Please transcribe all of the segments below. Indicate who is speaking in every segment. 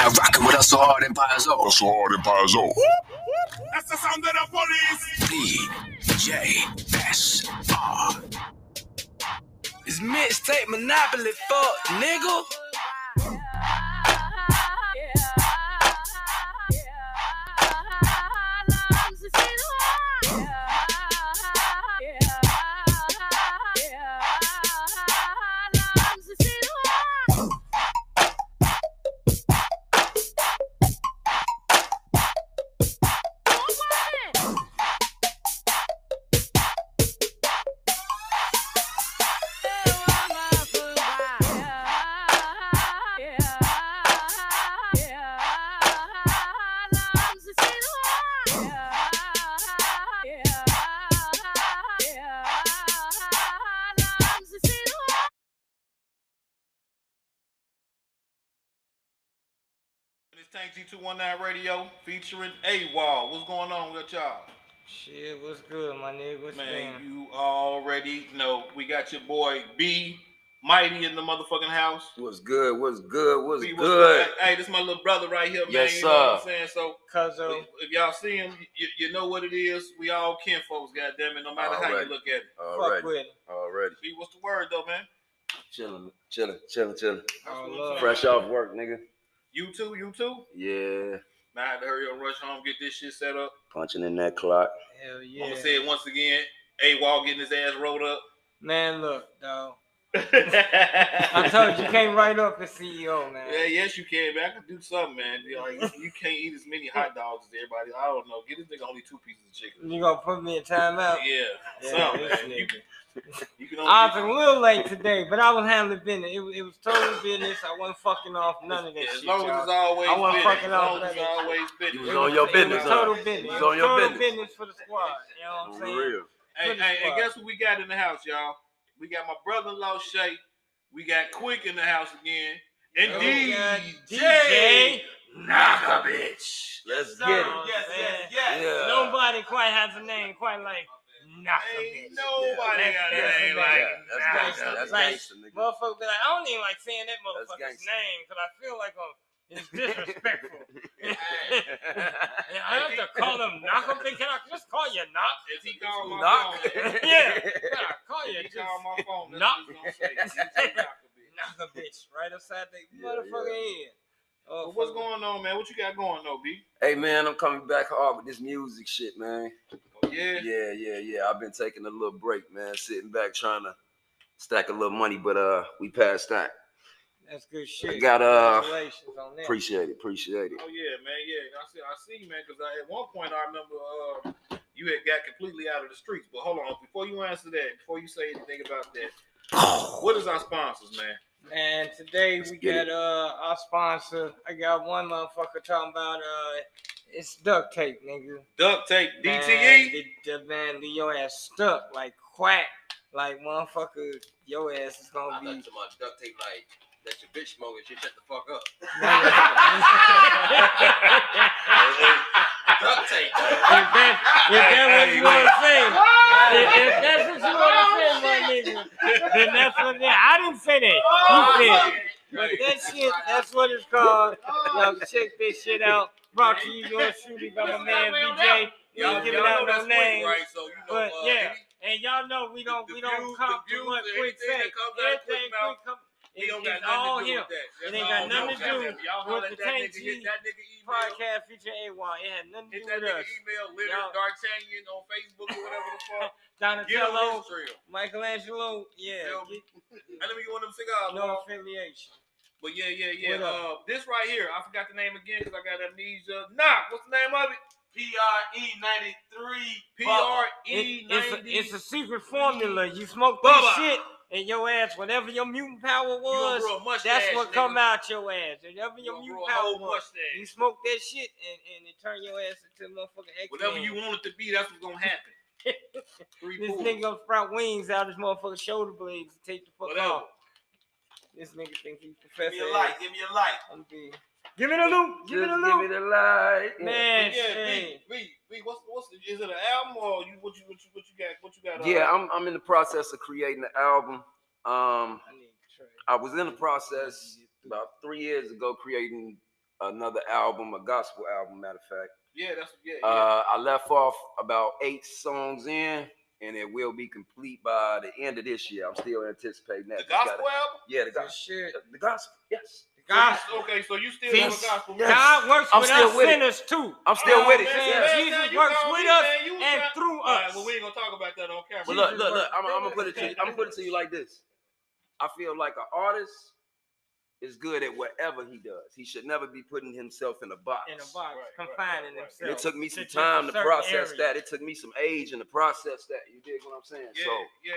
Speaker 1: That's the hard Empire Zone.
Speaker 2: That's the hard Empire Zone.
Speaker 3: That's the sound of the police.
Speaker 1: D-J-S-R. It's mixtape Monopoly, fuck, nigga.
Speaker 3: It's Tank G219 Radio featuring AWOL. What's going on with y'all?
Speaker 4: Shit, what's good, my nigga? What's
Speaker 3: Man,
Speaker 4: good?
Speaker 3: you already know. We got your boy B Mighty in the motherfucking house.
Speaker 1: What's good? What's good? What's
Speaker 3: B, what's
Speaker 1: good?
Speaker 3: Hey, this my little brother right here, man.
Speaker 1: Yes,
Speaker 3: you know what I'm
Speaker 1: sir.
Speaker 3: saying? So
Speaker 4: Cuzzo.
Speaker 3: if if y'all see him, you, you know what it is. We all kin folks, goddamn it, no matter how
Speaker 1: Alright.
Speaker 3: you look at it.
Speaker 4: Fuck
Speaker 1: Already,
Speaker 4: with him.
Speaker 1: already.
Speaker 3: B, what's the word though, man?
Speaker 1: Chilling, chilling, chilling, chilling.
Speaker 3: That's
Speaker 4: Oh,
Speaker 3: what I'm
Speaker 4: love.
Speaker 3: saying.
Speaker 1: Fresh off work, nigga.
Speaker 3: You too, you too.
Speaker 1: Yeah,
Speaker 3: Now I had to hurry up, rush home, get this shit set up.
Speaker 1: punching in that clock.
Speaker 4: Hell
Speaker 3: I'm
Speaker 4: yeah.
Speaker 3: gonna say it once again. AWOL getting his ass rolled up.
Speaker 4: Man, look, dog. I
Speaker 3: I
Speaker 4: told you, you came right up as CEO, man.
Speaker 3: Yeah, yes, you can, man. I can do something, man. You, know, like, you can't eat as many hot dogs as everybody. I don't know. Get this nigga only two pieces of chicken.
Speaker 4: You gonna put me in timeout?
Speaker 3: Yeah,
Speaker 4: Yeah,
Speaker 3: something,
Speaker 4: this
Speaker 3: man. You,
Speaker 4: nigga.
Speaker 3: you can only.
Speaker 4: I was a little late today, but I was handling business. It was, it was total business. I wasn't fucking off none of that
Speaker 3: Yeah,
Speaker 4: shit.
Speaker 3: as long as
Speaker 4: y'all.
Speaker 3: it's always
Speaker 4: I wasn't
Speaker 3: been. as
Speaker 4: fucking off
Speaker 3: long as it's
Speaker 4: that.
Speaker 3: always been.
Speaker 1: You
Speaker 4: It
Speaker 1: was on
Speaker 4: was-
Speaker 1: your
Speaker 4: it
Speaker 1: business,
Speaker 4: was
Speaker 1: huh?
Speaker 4: total business.
Speaker 1: You
Speaker 4: It
Speaker 1: was
Speaker 4: was
Speaker 1: on your
Speaker 4: total
Speaker 1: business.
Speaker 4: business for the squad. You know what I'm
Speaker 1: For
Speaker 4: saying?
Speaker 1: real.
Speaker 3: Hey,
Speaker 4: Goodness
Speaker 3: hey, hey,
Speaker 4: fuck.
Speaker 3: guess what we got in the house, y'all? We got my brother-in-law Shay. We got Quick in the house again, and
Speaker 4: Oh, yeah,
Speaker 3: DJ,
Speaker 1: Knock a bitch. Let's
Speaker 4: Sir,
Speaker 1: get it.
Speaker 4: yes, yes,
Speaker 1: yes. Yeah.
Speaker 4: Nobody quite has a name quite like Knock a
Speaker 3: Ain't
Speaker 4: bitch.
Speaker 3: nobody
Speaker 4: Yeah.
Speaker 3: got
Speaker 4: That's-
Speaker 3: a name
Speaker 4: that's-
Speaker 3: like
Speaker 1: that's
Speaker 3: Knock a
Speaker 1: gangsta. That's
Speaker 4: Like,
Speaker 1: gangsta, nigga.
Speaker 4: Motherfucker be like, I don't even like saying that motherfucker's
Speaker 1: gangsta.
Speaker 4: name because I feel like I'm, it's disrespectful.
Speaker 3: Hey,
Speaker 4: And I have to call him Knock a bitch. Can I just call you Knock?
Speaker 3: if he called my
Speaker 1: Knock.
Speaker 3: phone,
Speaker 4: Yeah. Can I call you
Speaker 3: if he
Speaker 4: just
Speaker 3: called my phone, that's
Speaker 4: Knock.
Speaker 3: what he's gonna say. He said knock a bit.
Speaker 4: Knock a bitch right upside the
Speaker 1: Yeah,
Speaker 4: motherfucker head. Oh,
Speaker 3: But What's going on, man? What you got going, though, B?
Speaker 1: Hey man, I'm coming back hard with this music shit, man.
Speaker 3: Oh, yeah.
Speaker 1: Yeah, yeah, yeah. I've been taking a little break, man. Sitting back trying to stack a little money, but uh, we passed that.
Speaker 4: That's good shit.
Speaker 1: got, uh,
Speaker 4: Congratulations on that.
Speaker 1: Appreciate it, appreciate it.
Speaker 3: Oh yeah, man. Yeah, I see. I see, man. Because at one point, I remember uh, you had got completely out of the streets. But hold on, before you answer that, before you say anything about that, what is our sponsors, man?
Speaker 4: And today we
Speaker 1: get
Speaker 4: got
Speaker 1: it.
Speaker 4: uh our sponsor. I got one motherfucker talking about uh it's duct tape, nigga.
Speaker 3: Duct tape, E?
Speaker 4: Man,
Speaker 3: DTE.
Speaker 4: the, the man, leave your ass stuck like quack, like motherfucker. Your ass is gonna be.
Speaker 5: duct tape like that your bitch smoking shit shut the fuck up. Duct tape.
Speaker 4: If that,
Speaker 3: Ah!
Speaker 4: if that what you want to say, if, if that's what you want to say, my
Speaker 3: Ah!
Speaker 4: nigga, then that's what. That, I didn't say that. You said it. But that shit, that's what it's called. Y'all check this shit out. Brought to you, yours truly, by my man BJ. We
Speaker 5: Y'all, y'all
Speaker 4: ain't giving
Speaker 5: know
Speaker 4: out
Speaker 5: that's
Speaker 4: no
Speaker 5: quick,
Speaker 4: names,
Speaker 5: right? So you know,
Speaker 4: but
Speaker 5: uh,
Speaker 4: yeah.
Speaker 5: any-
Speaker 4: And y'all know we don't
Speaker 5: The
Speaker 4: we don't
Speaker 5: views-
Speaker 4: cop
Speaker 5: the
Speaker 4: to
Speaker 5: views
Speaker 4: what
Speaker 5: and
Speaker 4: quick
Speaker 5: everything that
Speaker 4: say.
Speaker 5: comes out of Quick's
Speaker 4: Everything quick
Speaker 5: mouth,
Speaker 4: come.
Speaker 5: he don't got
Speaker 4: It's, it's all
Speaker 5: nothing to do with
Speaker 4: him.
Speaker 5: that.
Speaker 4: It
Speaker 5: That's
Speaker 4: ain't
Speaker 5: all
Speaker 4: got
Speaker 5: him.
Speaker 4: nothing to do
Speaker 5: Goddamn, Y'all
Speaker 4: with
Speaker 5: holler at
Speaker 4: the
Speaker 5: that
Speaker 4: Tank
Speaker 5: nigga, hit
Speaker 4: G
Speaker 5: that nigga email.
Speaker 4: Podcast feature AWOL. It had nothing to
Speaker 5: Hit
Speaker 4: do
Speaker 5: that
Speaker 4: with
Speaker 5: nigga E
Speaker 4: us.
Speaker 5: email,
Speaker 4: Y'all-
Speaker 5: Leonard D'Artagnan on Facebook or whatever the fuck. Get him
Speaker 4: Donatello,
Speaker 5: on Israel.
Speaker 4: Michelangelo, yeah,
Speaker 5: Feel
Speaker 4: get,
Speaker 3: I let me get one of them cigars.
Speaker 4: no affiliation.
Speaker 3: But yeah, yeah, yeah. Uh,
Speaker 4: What up?
Speaker 3: this right here, I forgot the name again because I got amnesia. Nah, what's the name of it? PRE
Speaker 4: It-
Speaker 3: ninety three. PRE
Speaker 4: E it's, a,
Speaker 3: E ninety.
Speaker 5: E
Speaker 4: it's a secret formula. You smoke
Speaker 3: Bubba.
Speaker 4: this shit and your ass, whatever your mutant power was, that's what come out your ass. Whatever your mutant power was, you
Speaker 3: mustache.
Speaker 4: smoke that shit and, and it turn your ass into a motherfucking X
Speaker 3: Whatever you want it to be, that's what's gonna happen. three
Speaker 4: This
Speaker 3: fools.
Speaker 4: nigga gonna sprout wings out his motherfucking shoulder blades and take the fuck
Speaker 3: Whatever.
Speaker 4: off. This nigga think he professor.
Speaker 5: Give me a light. Give me a light.
Speaker 4: I'm be. Give me the loop. Give me
Speaker 1: Just
Speaker 4: the loop.
Speaker 1: give me the light.
Speaker 4: Man,
Speaker 3: But yeah,
Speaker 4: shit.
Speaker 3: B, B, B, what's what's the, is it an album or you what you what you what you got what you got? uh,
Speaker 1: Yeah, I'm I'm in the process of creating the album. Um,
Speaker 4: I need to try.
Speaker 1: I was in the process about three years ago creating another album, a gospel album, matter of fact.
Speaker 3: Yeah, that's yeah.
Speaker 1: Uh, I left off about eight songs in, and it will be complete by the end of this year. I'm still anticipating
Speaker 3: yeah.
Speaker 1: that.
Speaker 3: The
Speaker 1: Just
Speaker 3: gospel
Speaker 1: gotta-
Speaker 3: album.
Speaker 1: yeah, the
Speaker 4: Good
Speaker 1: gospel.
Speaker 4: shit.
Speaker 1: The gospel. Yes.
Speaker 4: God,
Speaker 3: Okay, so you still have a
Speaker 1: Peace.
Speaker 3: gospel.
Speaker 1: Yes.
Speaker 4: God works
Speaker 1: I'm
Speaker 4: with
Speaker 1: still
Speaker 4: us
Speaker 1: with it.
Speaker 4: sinners too.
Speaker 1: I'm still
Speaker 3: Oh,
Speaker 1: with it.
Speaker 3: man,
Speaker 1: yes.
Speaker 4: man.
Speaker 3: now
Speaker 4: Jesus
Speaker 3: you
Speaker 4: works
Speaker 3: gonna
Speaker 4: with
Speaker 3: be-
Speaker 4: us
Speaker 3: man, you was
Speaker 4: and
Speaker 3: trying-
Speaker 4: through
Speaker 3: All right,
Speaker 4: us.
Speaker 3: well, we ain't gonna talk about that on camera.
Speaker 1: But look,
Speaker 4: Jesus
Speaker 1: look, look.
Speaker 4: works
Speaker 1: I'm,
Speaker 4: with
Speaker 1: I'm gonna
Speaker 4: us.
Speaker 1: put it to you. I'm gonna put it to you like this. I feel like an artist is good at whatever he does. He should never be putting himself in a box.
Speaker 4: In a box,
Speaker 3: right,
Speaker 4: confining
Speaker 3: right, right.
Speaker 1: And It
Speaker 4: themselves.
Speaker 1: took me
Speaker 4: to
Speaker 1: some
Speaker 4: just a
Speaker 1: time to
Speaker 4: certain
Speaker 1: process
Speaker 4: area.
Speaker 1: that. It took me some age and to process that. You dig what I'm saying?
Speaker 3: Yeah,
Speaker 1: So
Speaker 3: yeah.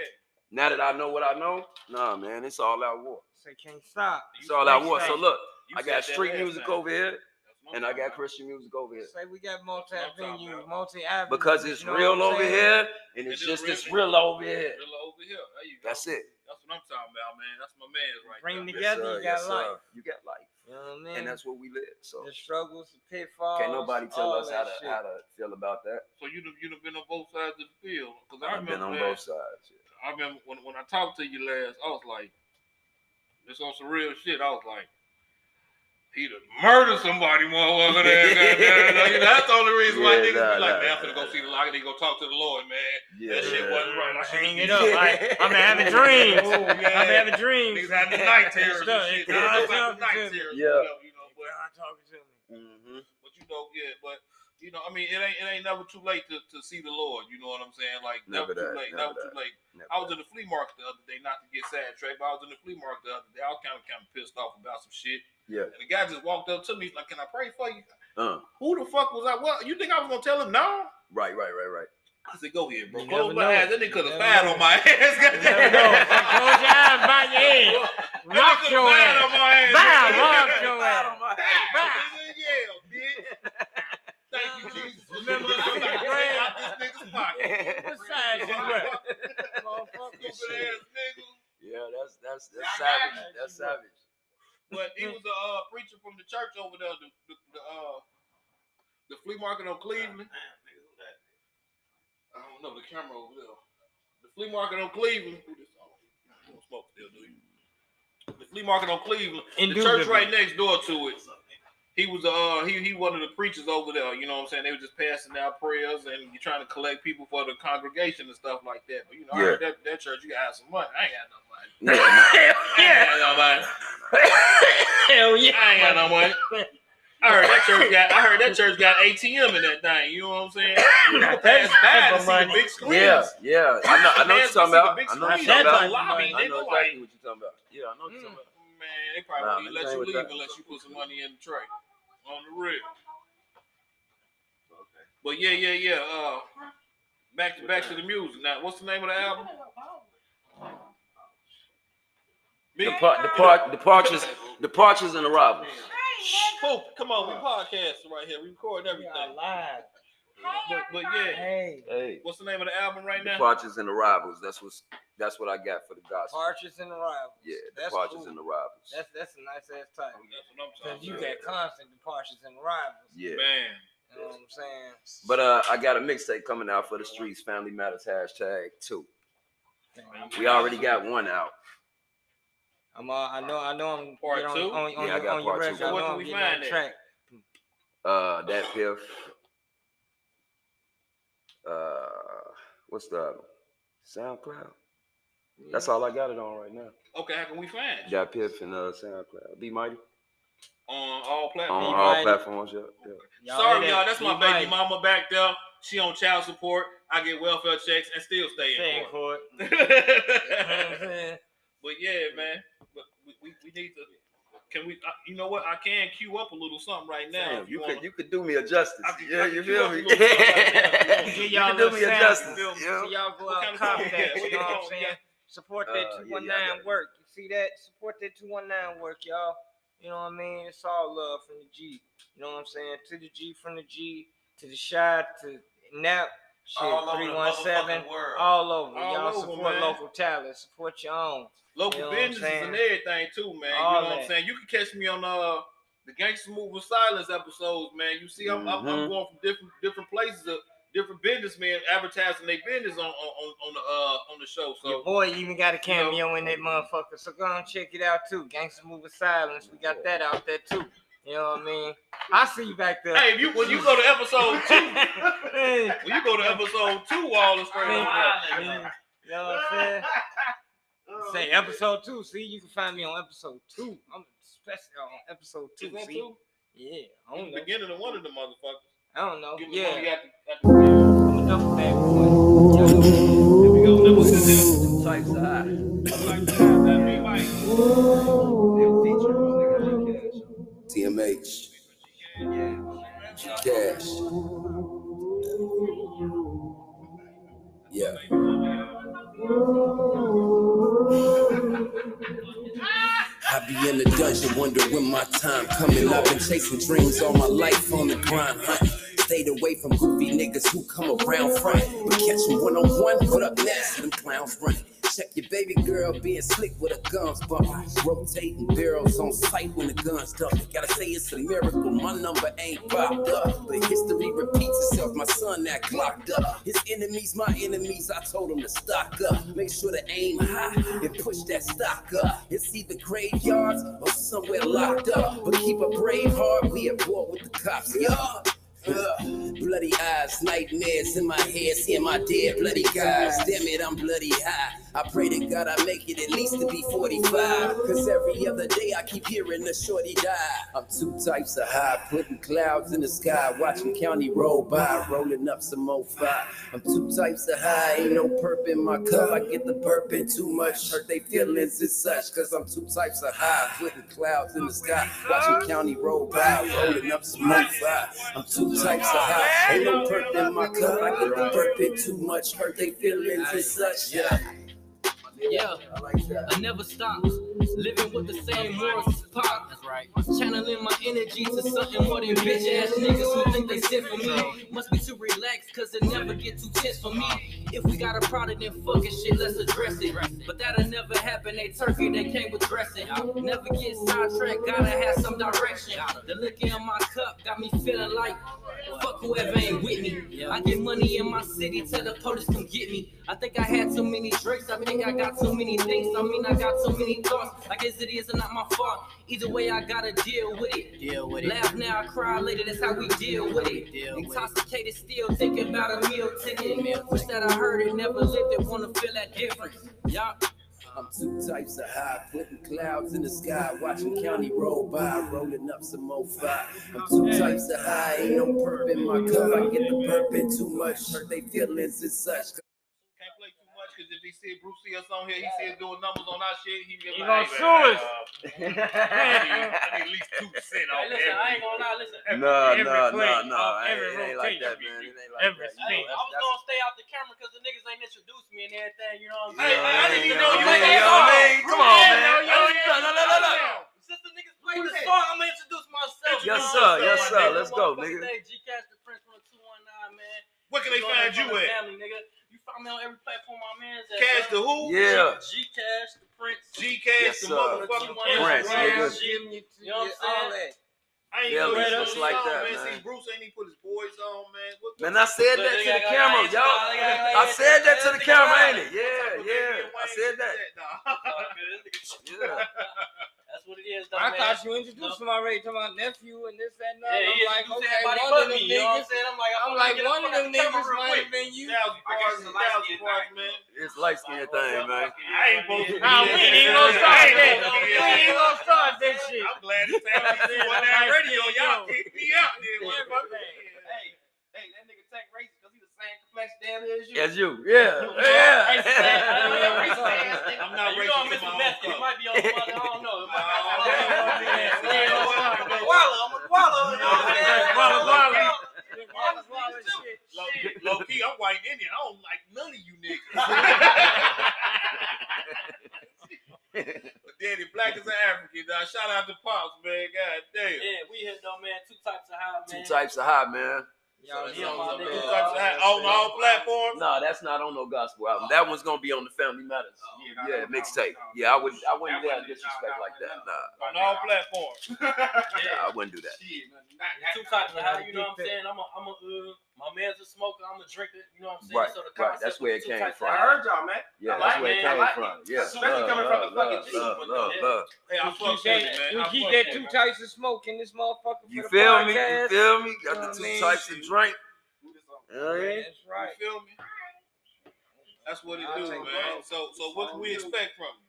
Speaker 1: now that I know what I know, nah, man, it's all out war.
Speaker 4: So can't stop.
Speaker 1: It's all out
Speaker 4: you
Speaker 1: war.
Speaker 4: say-
Speaker 1: So look,
Speaker 3: You
Speaker 1: I
Speaker 3: said
Speaker 1: got
Speaker 3: that
Speaker 1: street
Speaker 3: last
Speaker 1: music
Speaker 3: time.
Speaker 1: over here,
Speaker 3: That's
Speaker 4: Oh
Speaker 3: my
Speaker 1: and I
Speaker 3: fault,
Speaker 1: got
Speaker 3: man.
Speaker 1: Christian music over here.
Speaker 4: Say we got multi
Speaker 3: That's what I'm talking
Speaker 4: venues,
Speaker 3: about.
Speaker 4: multi avenues.
Speaker 1: Because it's real over here, and
Speaker 3: And
Speaker 1: it's
Speaker 3: it's
Speaker 1: just
Speaker 3: real
Speaker 1: it's
Speaker 3: here.
Speaker 1: real over here.
Speaker 3: Real over here. There you go.
Speaker 1: That's it.
Speaker 3: That's what I'm talking about, man. That's my man's right
Speaker 4: Bring
Speaker 3: there.
Speaker 4: the- Together, you got
Speaker 1: sir.
Speaker 4: life.
Speaker 1: You got life.
Speaker 4: You know what I mean?
Speaker 1: and that's where we live. So
Speaker 4: the struggles, the pitfalls.
Speaker 1: can't nobody tell
Speaker 4: all
Speaker 1: us
Speaker 4: that
Speaker 1: how to
Speaker 4: shit.
Speaker 1: how to feel about that.
Speaker 3: So you done, you done been on both sides of the field. Because I
Speaker 1: I've been
Speaker 3: remember
Speaker 1: on
Speaker 3: that-
Speaker 1: both sides. yeah.
Speaker 3: I remember when, when I talked to you last, I was like, it's on some real shit. I was like, he done murdered somebody, motherfucker. That, that, that, that. You know, That's the only reason why
Speaker 1: Yeah,
Speaker 3: niggas
Speaker 1: nah,
Speaker 3: be like,
Speaker 1: nah,
Speaker 3: man, I'm
Speaker 1: nah,
Speaker 3: finna go see the locker, they go talk to the Lord, man.
Speaker 1: Yeah.
Speaker 3: That shit wasn't right. I should
Speaker 4: Hang it up. Like, I'm having dreams.
Speaker 3: Oh, yeah.
Speaker 4: I'm having dreams.
Speaker 3: Niggas had the night terrors and
Speaker 4: Stuff.
Speaker 3: shit. Niggas
Speaker 4: Yeah.
Speaker 3: had
Speaker 4: Yeah.
Speaker 3: the night terrors.
Speaker 1: Yeah.
Speaker 3: You know, but
Speaker 4: God talking to me.
Speaker 1: Mhm.
Speaker 3: but you know, yeah, but you know, I mean, it ain't it ain't never too late to, to see the Lord. You know what I'm saying? Like never,
Speaker 1: Never that,
Speaker 3: too late, never,
Speaker 1: never
Speaker 3: too late.
Speaker 1: Never
Speaker 3: I was
Speaker 1: mind.
Speaker 3: in the flea market the other day, not to get sidetracked, but I was in the flea market the other day. I was kind of kind of pissed off about some shit,
Speaker 1: Yeah.
Speaker 3: and the guy just walked up to me he's like, "Can I pray for you?"
Speaker 1: Uh,
Speaker 3: Who the fuck was I? What you think I was gonna tell him no?
Speaker 1: right, right, right, right.
Speaker 3: I said, "Go ahead, bro.
Speaker 4: You
Speaker 3: Close
Speaker 4: never
Speaker 3: my
Speaker 4: know.
Speaker 3: eyes. That nigga
Speaker 4: You
Speaker 3: could have
Speaker 4: never
Speaker 3: fired on
Speaker 4: know.
Speaker 3: my ass.
Speaker 4: You never know. So Close your eyes, bow your head. Rock
Speaker 3: That nigga
Speaker 4: your
Speaker 3: fired
Speaker 4: ass.
Speaker 3: on my ass.
Speaker 4: Bow, rock
Speaker 3: Nigga.
Speaker 4: your ass.
Speaker 3: Bow. Yeah, bitch. Thank you, Jesus. Remember, I'm like, out this nigga's pocket.
Speaker 1: yeah,
Speaker 4: What size you wear? Motherfucker.
Speaker 3: Stupid ass nigga.
Speaker 1: that's that's that's
Speaker 3: Y'all
Speaker 1: savage.
Speaker 4: got it.
Speaker 1: That's savage.
Speaker 3: But he was a uh, preacher from the church over there, the, the, the, uh, the flea market on Cleveland. I don't know the camera over there. The flea market on Cleveland. Who this- oh, you don't smoke still, do you? The flea market on Cleveland. The church
Speaker 4: Indubitably.
Speaker 3: right next door to it. He was uh he he one of the preachers over there. You know what I'm saying? They were just passing out prayers and you trying to collect people for the congregation and stuff like that. But you know, I
Speaker 1: Yeah.
Speaker 3: heard that, that church you gotta have some money. I ain't got no
Speaker 1: Yeah,
Speaker 3: money.
Speaker 1: nah,
Speaker 3: I ain't got no money.
Speaker 4: Hell yeah.
Speaker 3: I ain't got no money. I heard that church got I heard that church got ATM in that thing. You know what I'm saying? You can pass by and see the big screens.
Speaker 1: yeah, yeah. I know, I know what you're
Speaker 3: Pass by,
Speaker 1: talking about.
Speaker 3: see
Speaker 1: I
Speaker 3: the
Speaker 1: know what you're talking about.
Speaker 3: big screens. That's a
Speaker 4: That's
Speaker 3: lobby.
Speaker 1: I
Speaker 3: They
Speaker 1: know
Speaker 3: go
Speaker 1: exactly
Speaker 3: like,
Speaker 1: what you're talking about. Yeah, I know what you're talking about.
Speaker 3: man, they
Speaker 1: Nah,
Speaker 3: probably
Speaker 1: man, they
Speaker 3: wouldn't let you
Speaker 1: ain't
Speaker 3: leave
Speaker 1: with that.
Speaker 3: unless you put some money in the tray on the rib. But yeah, yeah, yeah. Uh, back to back to the music. Now, what's the name of the album?
Speaker 1: Depart, depart, departures, departures and arrivals.
Speaker 3: Poop, come on, we podcasting right here. We recording
Speaker 4: We
Speaker 3: everything.
Speaker 4: are live.
Speaker 3: But, but yeah,
Speaker 4: Hey.
Speaker 1: Hey,
Speaker 3: what's the name of the album right now?
Speaker 1: departures and arrivals. That's what's that's what I got for the gospel.
Speaker 4: Departures and arrivals.
Speaker 1: Yeah,
Speaker 4: that's
Speaker 1: departures
Speaker 4: cool.
Speaker 1: and Oh, arrivals.
Speaker 4: That's that's a nice ass title.
Speaker 3: That's what I'm
Speaker 4: Cause
Speaker 3: talking
Speaker 4: you
Speaker 3: about.
Speaker 4: got constant departures and arrivals.
Speaker 1: Yeah.
Speaker 3: Man.
Speaker 4: You know what I'm saying?
Speaker 1: But uh, I got a mixtape coming out for the streets, Family Matters hashtag two. We already got one out.
Speaker 4: I'm uh, I know I know I'm
Speaker 3: Part
Speaker 4: get on,
Speaker 3: two?
Speaker 4: on, on
Speaker 1: Yeah, I
Speaker 4: your,
Speaker 1: got
Speaker 4: on your
Speaker 1: part two.
Speaker 4: record. I
Speaker 1: So
Speaker 3: what
Speaker 4: know
Speaker 3: can
Speaker 4: I'm
Speaker 3: we
Speaker 4: getting on
Speaker 3: find at?
Speaker 4: track.
Speaker 1: Uh, that piff. Uh, what's the other one? SoundCloud? That's all I got it on right now.
Speaker 3: Okay, how can we find you?
Speaker 1: That piff and uh, SoundCloud. Be mighty
Speaker 3: On all
Speaker 1: on
Speaker 3: platforms.
Speaker 4: Be
Speaker 1: all
Speaker 4: Mighty.
Speaker 1: platforms. Yeah, yeah.
Speaker 3: Sorry,
Speaker 4: hear
Speaker 3: y'all.
Speaker 4: that?
Speaker 3: That's my
Speaker 4: Be
Speaker 3: baby
Speaker 4: mighty.
Speaker 3: mama back there. She on child support. I get welfare checks and still stay
Speaker 4: Stay
Speaker 3: in
Speaker 4: in
Speaker 3: court.
Speaker 4: court. You know what I'm
Speaker 3: but
Speaker 4: saying?
Speaker 3: yeah, man. But we, we, we need to. Can we? I, you know what? I can queue up a little something right now.
Speaker 1: Damn,
Speaker 3: if
Speaker 1: you
Speaker 3: wanna-
Speaker 1: could you could do me a justice.
Speaker 3: I could-
Speaker 1: yeah,
Speaker 3: I could
Speaker 1: you
Speaker 3: do
Speaker 1: feel
Speaker 3: us a
Speaker 1: me?
Speaker 3: little something right now if you want.
Speaker 4: Give
Speaker 1: You
Speaker 4: y'all
Speaker 1: can
Speaker 4: a
Speaker 1: do
Speaker 4: little
Speaker 1: me a
Speaker 4: sound.
Speaker 1: justice.
Speaker 3: You feel me?
Speaker 1: Yeah.
Speaker 4: So y'all go
Speaker 3: What
Speaker 4: out
Speaker 3: kind
Speaker 4: and
Speaker 3: of
Speaker 4: cop
Speaker 3: song?
Speaker 4: that.
Speaker 3: Yeah,
Speaker 4: You know
Speaker 3: what
Speaker 4: what
Speaker 3: song?
Speaker 4: I'm saying?
Speaker 3: Yeah.
Speaker 4: Support
Speaker 1: Uh,
Speaker 4: that
Speaker 1: yeah, yeah, I
Speaker 4: 219
Speaker 1: got it.
Speaker 4: work. You see that? Support that 219 work, y'all. You know what I mean? It's all love from the G. You know what I'm saying? To the G, from the G, to the shot, to nap. Shit,
Speaker 5: All over the
Speaker 4: 317,
Speaker 5: motherfucking world.
Speaker 4: all over.
Speaker 3: All
Speaker 4: y'all
Speaker 3: over,
Speaker 4: support
Speaker 3: man.
Speaker 4: local talent, support your own.
Speaker 3: local
Speaker 4: You know what I'm
Speaker 3: businesses and everything too, man.
Speaker 4: All
Speaker 3: you know what
Speaker 4: that.
Speaker 3: I'm saying? You can catch me on uh the Gangsta Move with Silence episodes, man. You see, I'm, I'm, I'm
Speaker 4: Mm-hmm.
Speaker 1: Mhm.
Speaker 3: going from different different places, uh, different businessmen advertising their business on on, on, on the uh on the show.
Speaker 4: Your
Speaker 3: So
Speaker 4: boy even got a cameo in that motherfucker, so go on check it out too. Gangsta Movie Silence, we got that out there too. You You know what I mean? I see you back there.
Speaker 3: Hey, if you when you go to episode two, when you go to episode two, all is straight
Speaker 4: Man,
Speaker 3: on that.
Speaker 4: man, You know what I'm saying? Say episode two. See, you can find me on episode two. I'm especially on episode two.
Speaker 3: Is that
Speaker 4: See?
Speaker 3: two?
Speaker 4: Yeah, I don't know.
Speaker 3: Beginning of one of the motherfuckers.
Speaker 4: I don't know.
Speaker 3: Give me one you
Speaker 4: Yeah,
Speaker 3: have to- have to-
Speaker 4: I'm a double bad boy.
Speaker 3: Here we go. Now, what's this here?
Speaker 1: Types of high.
Speaker 3: Like that, that be like,
Speaker 1: They'll feature on nigga like cash.
Speaker 2: TMH,
Speaker 1: Yeah.
Speaker 2: Cash. Yeah. I be in the dungeon, wonder when my time coming. I've been chasing dreams all my life on the grind, honey. Stayed away from goofy niggas who come around front. But catch them one on one, put up next to them clowns running. Check your baby girl being slick with her guns bumping. Rotating barrels on sight when the guns dump. Gotta say it's a miracle, my number ain't popped up. But history repeats itself, my son that clocked up. His enemies, my enemies, I told him to stock up. Make sure to aim high and push that stock up. It's either graveyards or somewhere locked up. But keep a brave heart, we at war with the cops, yeah. Ugh. Bloody eyes, nightmares in my head, seeing my dead bloody guys. Damn it, I'm bloody high. I pray to God I make it at least to be 45. Cause every other day I keep hearing the shorty die. I'm two types of high, putting clouds in the sky, watching county roll by, rolling up some more fire. I'm two types of high, ain't no perp in my cup. I get the burp in too much, hurt they feelings and such. Cause I'm two types of high, putting clouds in the sky, watching county roll by, rolling up some more fire. I'm two types of high, ain't no perp in my cup. I get the burp in too much, hurt they feelings and such. Yeah,
Speaker 6: Yeah,
Speaker 2: I like that.
Speaker 6: I never stop living with the same morals as pop. Channeling my energy to something more than bitch ass niggas who think they sit for me. Must be too relaxed, cause it never get too tense for me. If we got a product, then fuck it, shit, let's address it. But that'll never happen, they turkey, they came with dressing. Never get sidetracked, gotta have some direction. The liquor in my cup got me feeling like fuck whoever ain't with me. I get money in my city, tell the police come get me. I think I had too many drinks, I think I got too many things, I mean I got too many thoughts. I guess it is not my fault. Either way, I gotta deal with it. Deal with it. Laugh now, cry later, that's how we deal with it. Intoxicated, still thinking about a meal ticket. Wish that I heard it, never lived it, wanna feel that difference. Y'all.
Speaker 2: I'm two types of high, putting clouds in the sky, watching county roll by, rolling up some more fire. I'm two types of high, ain't no perp in my cup. I get the burp in too much, hurt they feelings and such.
Speaker 3: Can't play too much because if he see Bruce see us on here, he see us doing numbers on our shit, he be
Speaker 4: He
Speaker 3: like, man,
Speaker 4: gonna sue us."
Speaker 3: uh, I need,
Speaker 4: Man,
Speaker 3: I need at least two cent off
Speaker 7: Hey, listen, I ain't gonna lie.
Speaker 1: No,
Speaker 4: every-
Speaker 7: Listen,
Speaker 1: no,
Speaker 4: every
Speaker 1: no,
Speaker 4: play,
Speaker 1: no, no.
Speaker 4: off
Speaker 1: Hey,
Speaker 4: every
Speaker 1: It ain't like that,
Speaker 4: rotation.
Speaker 1: man. It ain't like
Speaker 4: Every
Speaker 1: that. You
Speaker 4: spin.
Speaker 1: know,
Speaker 7: I was
Speaker 1: that's-
Speaker 7: gonna stay out the camera because the niggas ain't introduced me and everything. You know what I'm
Speaker 3: Hey,
Speaker 7: saying?
Speaker 3: man, I didn't even know you
Speaker 1: Hey,
Speaker 3: was
Speaker 1: yo,
Speaker 3: that
Speaker 1: man, Come on, man.
Speaker 3: Yo, yo, yo,
Speaker 1: No, no, no, no, no.
Speaker 7: Since the niggas played
Speaker 3: Who
Speaker 7: the
Speaker 3: that?
Speaker 7: song, I'm gonna introduce myself.
Speaker 1: Yes,
Speaker 7: you know
Speaker 1: sir.
Speaker 7: what I'm
Speaker 1: Yes,
Speaker 7: saying?
Speaker 1: sir.
Speaker 7: My
Speaker 1: Let's
Speaker 7: name
Speaker 1: go, nigga.
Speaker 7: is motherfucking G Cash the Prince from the 219, man.
Speaker 3: Where can they
Speaker 7: You know
Speaker 3: find
Speaker 7: I'm
Speaker 3: you
Speaker 7: from the
Speaker 3: at?
Speaker 7: Family, nigga. You find me on every platform my man's at.
Speaker 3: Cash the
Speaker 7: man.
Speaker 3: who?
Speaker 1: Yeah.
Speaker 7: G Cash the Prince.
Speaker 3: G
Speaker 1: Yes,
Speaker 3: Cash
Speaker 1: sir.
Speaker 3: the motherfucking
Speaker 1: Prince, nigga.
Speaker 7: You know what I'm saying?
Speaker 3: I ain't
Speaker 1: Yeah,
Speaker 3: know
Speaker 1: man,
Speaker 3: you
Speaker 1: it's
Speaker 3: was
Speaker 1: like
Speaker 3: on,
Speaker 1: that,
Speaker 3: man.
Speaker 1: man.
Speaker 3: See, Bruce ain't even put his boys on, man. What
Speaker 1: Man,
Speaker 3: the
Speaker 1: I said
Speaker 7: Look,
Speaker 1: that to
Speaker 7: they
Speaker 1: the
Speaker 7: got-
Speaker 1: camera,
Speaker 7: they
Speaker 1: y'all.
Speaker 7: got- they got- they
Speaker 1: I
Speaker 7: got-
Speaker 1: said that to
Speaker 7: they
Speaker 1: the
Speaker 7: got-
Speaker 1: camera, ain't it?
Speaker 3: fuck
Speaker 1: Yeah,
Speaker 3: with
Speaker 1: yeah.
Speaker 3: Damian
Speaker 1: I
Speaker 3: Wayne
Speaker 1: said
Speaker 3: did
Speaker 1: that.
Speaker 3: Nah.
Speaker 1: Yeah.
Speaker 7: That's what it is, though,
Speaker 4: I
Speaker 7: man.
Speaker 4: thought you introduced him already to my nephew and this, that, and
Speaker 7: Yeah, he
Speaker 4: that. I'm like,
Speaker 7: introduced
Speaker 4: okay,
Speaker 7: everybody
Speaker 4: one of
Speaker 7: but
Speaker 4: them
Speaker 7: me, you know what I'm
Speaker 4: niggas.
Speaker 7: saying? I'm like,
Speaker 4: I'm
Speaker 7: gonna
Speaker 4: like,
Speaker 7: get up
Speaker 4: one of
Speaker 7: on
Speaker 4: them
Speaker 7: that camera
Speaker 4: niggas
Speaker 7: real
Speaker 4: might
Speaker 7: quick.
Speaker 4: have been you.
Speaker 3: Thousand
Speaker 7: I guess
Speaker 3: bars,
Speaker 7: it's a
Speaker 3: thousand
Speaker 7: light-skinned
Speaker 3: bars,
Speaker 7: thing.
Speaker 3: man.
Speaker 1: It's light skin thing, man.
Speaker 3: I ain't supposed to be
Speaker 4: Nah, we
Speaker 3: there.
Speaker 4: ain't even gonna start
Speaker 3: I ain't
Speaker 4: that.
Speaker 3: supposed to be
Speaker 4: We
Speaker 3: there.
Speaker 4: ain't even gonna start that shit.
Speaker 3: I'm glad it's happening.
Speaker 4: Yeah,
Speaker 3: Well,
Speaker 4: that's
Speaker 3: that
Speaker 4: nice
Speaker 3: radio,
Speaker 4: seeing
Speaker 3: y'all
Speaker 4: you.
Speaker 3: kicked me out there.
Speaker 7: Yeah,
Speaker 3: What the fuck?
Speaker 7: Hey, hey, that nigga Tech racist because he the same complexion damn near as you.
Speaker 1: That's you. Yeah. Yeah.
Speaker 3: I'm not
Speaker 7: you know I'm
Speaker 3: racist to my
Speaker 7: Mr. Method.
Speaker 3: own
Speaker 7: He might be on the mother. I don't know. It might be on the
Speaker 4: Oh,
Speaker 7: mother.
Speaker 4: yeah.
Speaker 7: Yeah, yeah,
Speaker 4: Yeah,
Speaker 7: yeah.
Speaker 3: yeah.
Speaker 7: Guala, I'm a guala, you know what I'm saying?
Speaker 4: Guala, guala.
Speaker 7: Guala,
Speaker 4: Wallace, Wallace,
Speaker 7: Wallace,
Speaker 4: shit.
Speaker 3: Low,
Speaker 7: Shit.
Speaker 3: low key, I'm white Indian. I don't like none of you niggas. but Daddy, black as an African. Dog. Shout out to Pops, man. God damn.
Speaker 7: Yeah, we here though, man. Two types of high,
Speaker 1: Two
Speaker 7: man.
Speaker 1: types of hot, man.
Speaker 4: Y'all know
Speaker 7: So, yeah,
Speaker 4: what I'm
Speaker 7: my nigga.
Speaker 3: Two
Speaker 4: saying.
Speaker 3: types of hat Oh, on all platforms.
Speaker 1: No, that's not on no gospel album. That one's gonna be on the Family Matters.
Speaker 4: Oh,
Speaker 1: Yeah, mixtape. Yeah, I wouldn't. I wouldn't dare disrespect like that. Nah,
Speaker 3: On all platforms.
Speaker 7: Yeah.
Speaker 1: I wouldn't do that.
Speaker 7: Two types of high, you know what I'm saying? I'm a, I'm a, uh,
Speaker 5: My man's a smoker. I'm a drinker. You know what I'm saying?
Speaker 1: Right,
Speaker 5: So the
Speaker 1: right.
Speaker 5: concept
Speaker 1: That's
Speaker 5: of
Speaker 1: where
Speaker 5: the
Speaker 1: it
Speaker 5: two
Speaker 1: came
Speaker 5: types of-
Speaker 1: from.
Speaker 3: I heard y'all, man.
Speaker 5: I
Speaker 1: Yeah, that's
Speaker 5: like
Speaker 1: where it
Speaker 5: it, I
Speaker 1: came
Speaker 3: like
Speaker 1: from. Yeah,
Speaker 3: Especially coming from the fucking
Speaker 1: love,
Speaker 3: G.
Speaker 1: love, love,
Speaker 3: Hey, I
Speaker 4: We
Speaker 3: fuck
Speaker 4: keep
Speaker 3: with you,
Speaker 4: that,
Speaker 3: man. I
Speaker 4: we keep
Speaker 3: fuck
Speaker 4: that
Speaker 3: with you,
Speaker 4: two
Speaker 3: man.
Speaker 4: types of smoke in this motherfucker.
Speaker 1: You
Speaker 4: for the
Speaker 1: feel me? You
Speaker 4: podcast.
Speaker 1: feel me? Got
Speaker 3: Podcast.
Speaker 1: the two types of drink. Hell yeah.
Speaker 4: That's right.
Speaker 3: You feel me? That's what it
Speaker 4: I'll
Speaker 3: do,
Speaker 4: take
Speaker 3: man. So, so what can we expect from you?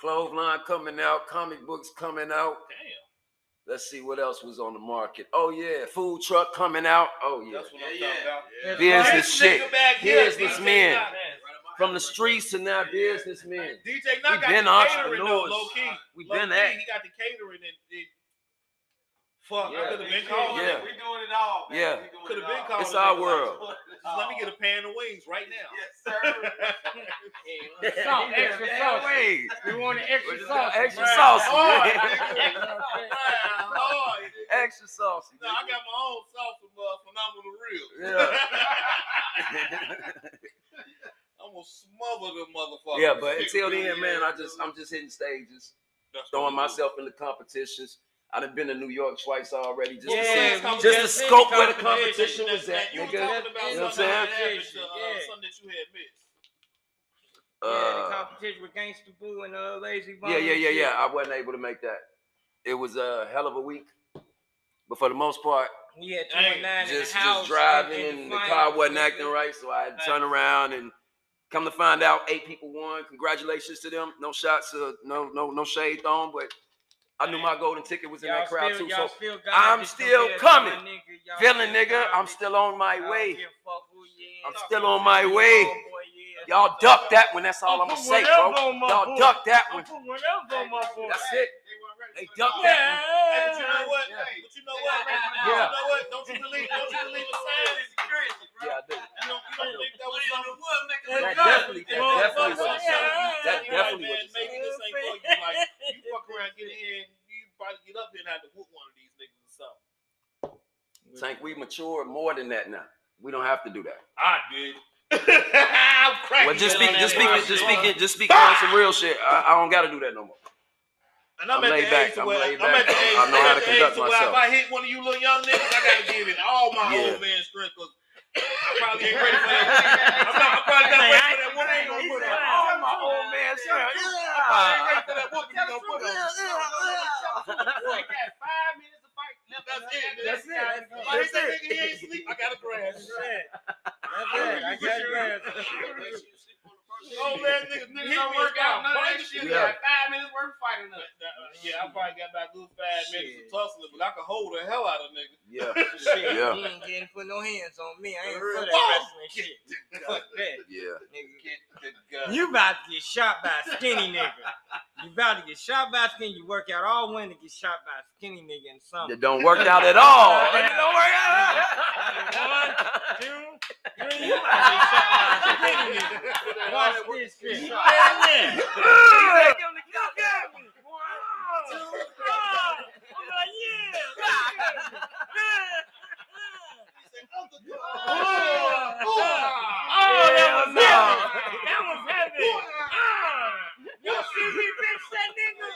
Speaker 1: Clothesline coming out, comic books coming out.
Speaker 3: Damn,
Speaker 1: Let's see what else was on the market. Oh yeah, food truck coming out. Oh yeah.
Speaker 3: that's what I'm talking about.
Speaker 4: That's
Speaker 1: Here's
Speaker 4: right.
Speaker 1: this shit.
Speaker 3: nigga back here,
Speaker 1: Here's
Speaker 3: DJ
Speaker 1: this man.
Speaker 3: Knock.
Speaker 1: From the streets to now businessmen.
Speaker 3: DJ Knock got
Speaker 1: been
Speaker 3: the catering though,
Speaker 1: entrepreneurs.
Speaker 3: low key.
Speaker 1: We
Speaker 3: Low
Speaker 1: been
Speaker 3: key,
Speaker 1: at.
Speaker 3: He got the catering and, and fuck,
Speaker 1: Yeah.
Speaker 3: I could have been calling.
Speaker 1: Yeah.
Speaker 3: Yeah.
Speaker 5: We doing it all. man.
Speaker 1: Yeah.
Speaker 5: We doing
Speaker 3: Could have
Speaker 5: it
Speaker 3: been
Speaker 5: all.
Speaker 3: called.
Speaker 1: It's our world.
Speaker 3: Just let me
Speaker 4: Oh,
Speaker 3: get a pan of wings right now.
Speaker 5: Yes, sir.
Speaker 4: Salt, extra
Speaker 1: Yeah,
Speaker 4: sauce.
Speaker 1: wait.
Speaker 4: We want an extra
Speaker 1: Extra
Speaker 4: sauce.
Speaker 1: Extra
Speaker 4: man.
Speaker 1: sauce. Uh,
Speaker 3: Hard,
Speaker 4: Extra
Speaker 3: nigga.
Speaker 4: sauce.
Speaker 3: Hard, nigga.
Speaker 1: Extra saucy.
Speaker 3: No, I got my own sauce from uh, Phenomenal Real. I'm gonna smother the motherfucker.
Speaker 1: yeah, but until then, man, I just I'm just hitting stages, throwing myself into competitions. I done been to New York twice already. Just
Speaker 4: Yeah,
Speaker 1: to see
Speaker 4: we
Speaker 1: just the
Speaker 4: in
Speaker 1: scope where the
Speaker 4: competition.
Speaker 1: competition was at,
Speaker 3: You were
Speaker 1: nigga.
Speaker 3: talking about
Speaker 4: You
Speaker 1: know what I'm
Speaker 3: something that
Speaker 4: saying?
Speaker 3: happened to, uh,
Speaker 4: Yeah.
Speaker 3: something that you had missed.
Speaker 4: Yeah, the
Speaker 1: Uh,
Speaker 4: competition with Gangsta Boo and uh, Lazy Bone.
Speaker 1: yeah, yeah,
Speaker 4: and
Speaker 1: yeah,
Speaker 4: shit.
Speaker 1: yeah. I wasn't able to make that. It was a hell of a week, but for the most part,
Speaker 4: We had
Speaker 3: Dang.
Speaker 4: 29 in the
Speaker 1: just
Speaker 4: house. uh,
Speaker 1: just driving
Speaker 4: in- in
Speaker 1: and, the
Speaker 4: finals.
Speaker 1: car wasn't acting right, so I had to turn around and come to find out eight people won. Congratulations to them. No shots, uh, no no no shade thrown, but I knew my golden ticket was in
Speaker 4: Y'all
Speaker 1: that crowd
Speaker 4: still-
Speaker 1: too.
Speaker 4: y'all
Speaker 1: So
Speaker 4: still
Speaker 1: I'm
Speaker 4: garbage
Speaker 1: still
Speaker 4: compared to my
Speaker 1: coming.
Speaker 4: nigga. Y'all
Speaker 1: feeling
Speaker 4: still
Speaker 1: nigga, I'm
Speaker 4: garbage.
Speaker 1: still on my
Speaker 4: I don't
Speaker 1: way.
Speaker 4: give a fuck who you is.
Speaker 1: I'm
Speaker 4: Fuck
Speaker 1: still
Speaker 4: who
Speaker 1: on
Speaker 4: you
Speaker 1: my
Speaker 4: is,
Speaker 1: way.
Speaker 4: homeboy, yeah.
Speaker 1: Y'all duck that one. That's all
Speaker 4: Don't
Speaker 1: I'm gonna
Speaker 4: put
Speaker 1: say,
Speaker 4: whatever
Speaker 1: bro.
Speaker 4: on my
Speaker 1: Y'all
Speaker 4: boy.
Speaker 1: duck that
Speaker 4: Don't
Speaker 1: one.
Speaker 4: put whatever on my boy.
Speaker 1: That's it.
Speaker 3: They weren't ready
Speaker 1: They
Speaker 3: for the
Speaker 1: dumped
Speaker 3: call.
Speaker 1: that
Speaker 3: Hey, But you know what?
Speaker 1: Yeah.
Speaker 3: Hey, But you know what?
Speaker 1: Yeah.
Speaker 3: You know what? Don't you believe? Don't you believe in science?
Speaker 1: Yeah, I did.
Speaker 3: You don't, you don't think that was something?
Speaker 1: That definitely, that
Speaker 4: Well,
Speaker 1: definitely
Speaker 4: fuck,
Speaker 1: was
Speaker 4: yeah.
Speaker 1: something. That
Speaker 3: You're
Speaker 1: definitely
Speaker 3: like,
Speaker 1: was
Speaker 3: man, maybe this ain't for you. Like, you fuck around, get in, you probably get up here and have to whoop one of these niggas or something.
Speaker 1: something. Tank, we mature more than that now. We don't have to do that.
Speaker 3: I did. I'm cracking.
Speaker 1: Well, just
Speaker 3: it
Speaker 1: speaking,
Speaker 3: on
Speaker 1: just
Speaker 3: that
Speaker 1: speaking,
Speaker 3: shit.
Speaker 1: just speaking, just speaking on some real shit. I, I don't gotta do that no more.
Speaker 3: And I'm,
Speaker 1: I'm
Speaker 3: at
Speaker 1: laid
Speaker 3: the
Speaker 1: back,
Speaker 3: age
Speaker 1: I'm
Speaker 3: to where I'm,
Speaker 1: laid back.
Speaker 3: at the
Speaker 1: I
Speaker 3: age,
Speaker 1: know
Speaker 3: I'm
Speaker 1: how
Speaker 3: at
Speaker 1: to
Speaker 3: the
Speaker 1: conduct
Speaker 3: age to where if
Speaker 1: myself.
Speaker 3: I hit one of you little young niggas, I gotta give it all my
Speaker 1: Yeah.
Speaker 3: old man strength. Cause I probably ain't ready for that. I'm, not, I'm probably not ready for that one. I ain't gonna put out.
Speaker 1: Oh my old man, sir.
Speaker 3: I ain't ready for that woman you gonna put out. That's it.
Speaker 4: That's it.
Speaker 3: I hit that nigga, he ain't sleep. I gotta grab. him.
Speaker 4: That's it. I got grabbed.
Speaker 3: Old Oh, man niggas,
Speaker 5: don't
Speaker 3: niggas don't
Speaker 5: work out none of that
Speaker 3: shit. uh,
Speaker 1: shit. Yeah.
Speaker 5: Five minutes worth of fighting us.
Speaker 3: Yeah, I probably got about a good five minutes
Speaker 4: Shit.
Speaker 3: of tussling, but I can hold the hell out of nigga.
Speaker 1: Yeah,
Speaker 4: Shit,
Speaker 1: Yeah.
Speaker 4: You ain't getting put no hands on me. I ain't
Speaker 3: Real
Speaker 4: for
Speaker 3: talk.
Speaker 4: that wrestling shit. Fuck that,
Speaker 1: yeah.
Speaker 4: nigga.
Speaker 3: Get the gun.
Speaker 4: You about to get shot by a skinny nigga. You about to get shot by a skinny. You work out all winter to get shot by a skinny nigga in summer.
Speaker 1: It don't work out at all. It don't work out.
Speaker 4: Two, three. You about to get shot by a skinny nigga. Watch this shit. You there, there.
Speaker 1: Oh, that was
Speaker 4: heavy. That was heavy. Ah, you see me bitch that nigga?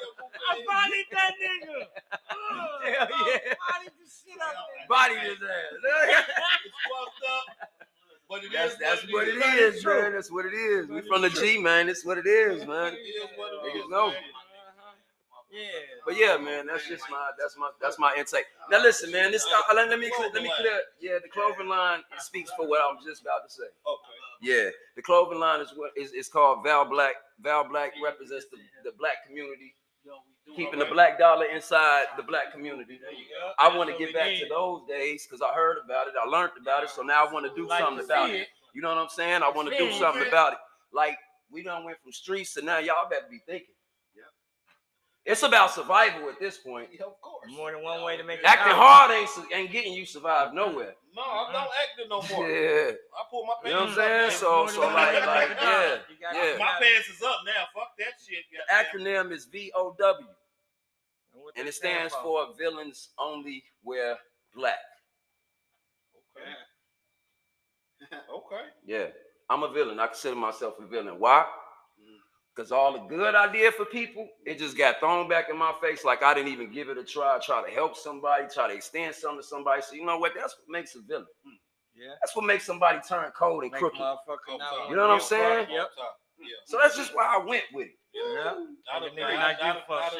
Speaker 4: I bodied that nigga. Ah,
Speaker 1: Hell
Speaker 4: I
Speaker 1: yeah.
Speaker 4: Bodied the shit out of that.
Speaker 1: Body his ass.
Speaker 3: It's fucked up, but it is
Speaker 1: That's that's what it
Speaker 3: is.
Speaker 1: is, man. That's what it is. We from the G, man. That's what it is, man.
Speaker 3: It is what it
Speaker 1: Niggas
Speaker 3: is,
Speaker 1: know.
Speaker 3: man.
Speaker 4: Yeah.
Speaker 1: But yeah, man, that's just my that's my that's my intake. Now listen, man, this uh, let, let me clear, let me clear. Yeah, the clothing line speaks for what I'm just about to say.
Speaker 3: Okay.
Speaker 1: Yeah, the clothing line is what is it's called Val Black. Val Black represents the, the black community, keeping the black dollar inside the black community. I want to get back to those days because I heard about it, I learned about it, so now I want to do
Speaker 4: Like
Speaker 1: something
Speaker 4: you
Speaker 1: about
Speaker 4: see
Speaker 1: it. You know what I'm saying? I want to do
Speaker 4: Yeah.
Speaker 1: something about it. Like we done went from streets to now, y'all better be thinking. It's about survival at this point.
Speaker 3: Yeah, of course.
Speaker 4: More than one way to make it
Speaker 1: Acting
Speaker 4: out.
Speaker 1: hard ain't su- ain't getting you survived nowhere.
Speaker 3: No, I'm not acting no more.
Speaker 1: Yeah,
Speaker 3: I pull my pants.
Speaker 1: you know what I'm
Speaker 3: up
Speaker 1: saying?
Speaker 3: now.
Speaker 1: So so like like yeah.
Speaker 4: You got-
Speaker 1: yeah.
Speaker 4: you
Speaker 3: my
Speaker 4: got-
Speaker 3: pants is up now. Fuck that shit.
Speaker 1: The acronym
Speaker 3: goddamn.
Speaker 1: is VOW,
Speaker 4: what
Speaker 1: and
Speaker 4: they
Speaker 1: it stands
Speaker 4: stand
Speaker 1: for Villains Only Wear Black.
Speaker 3: Okay.
Speaker 1: Yeah, I'm a villain. I consider myself a villain. Why? Mm. Because all the good I did for people, it just got thrown back in my face like I didn't even give it a try. Try to help somebody, try to extend something to somebody. So you know what? That's what makes a villain.
Speaker 4: Yeah.
Speaker 1: That's what makes somebody turn cold and
Speaker 4: Make
Speaker 1: crooked.
Speaker 4: motherfucker not
Speaker 1: You know what I'm saying?
Speaker 4: Yep.
Speaker 1: So that's just why I went with it.
Speaker 4: Yeah.
Speaker 3: Not a-
Speaker 4: Nigga
Speaker 3: not-
Speaker 4: not give a
Speaker 3: not-
Speaker 4: fuck.
Speaker 3: not a-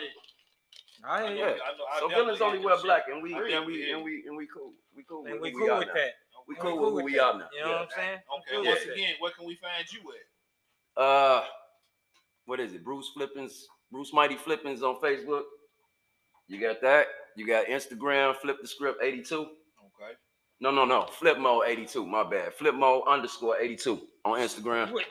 Speaker 4: I hear
Speaker 1: Yeah.
Speaker 4: you.
Speaker 3: I know- I
Speaker 1: So
Speaker 3: definitely
Speaker 1: villains only
Speaker 3: did
Speaker 1: wear
Speaker 3: that
Speaker 1: black, and we
Speaker 3: I agree.
Speaker 1: and we and we and we cool. We cool.
Speaker 4: And
Speaker 1: with
Speaker 4: we
Speaker 1: who
Speaker 4: cool
Speaker 1: are
Speaker 4: with
Speaker 1: now.
Speaker 4: that.
Speaker 3: shit.
Speaker 1: We
Speaker 4: And
Speaker 1: cool with who we
Speaker 4: that.
Speaker 1: are now.
Speaker 4: You know what I'm saying?
Speaker 3: Okay,
Speaker 4: cool
Speaker 3: once
Speaker 4: with it.
Speaker 3: again, where can we find you at?
Speaker 1: Uh, what is it? Bruce Flippins, Bruce Mighty Flippins on Facebook. You got that. You got Instagram. Flip the script eighty two.
Speaker 3: Okay.
Speaker 1: No, no, no. Flip mode eighty two. My bad. Flip mode underscore eighty two on Instagram.
Speaker 4: With-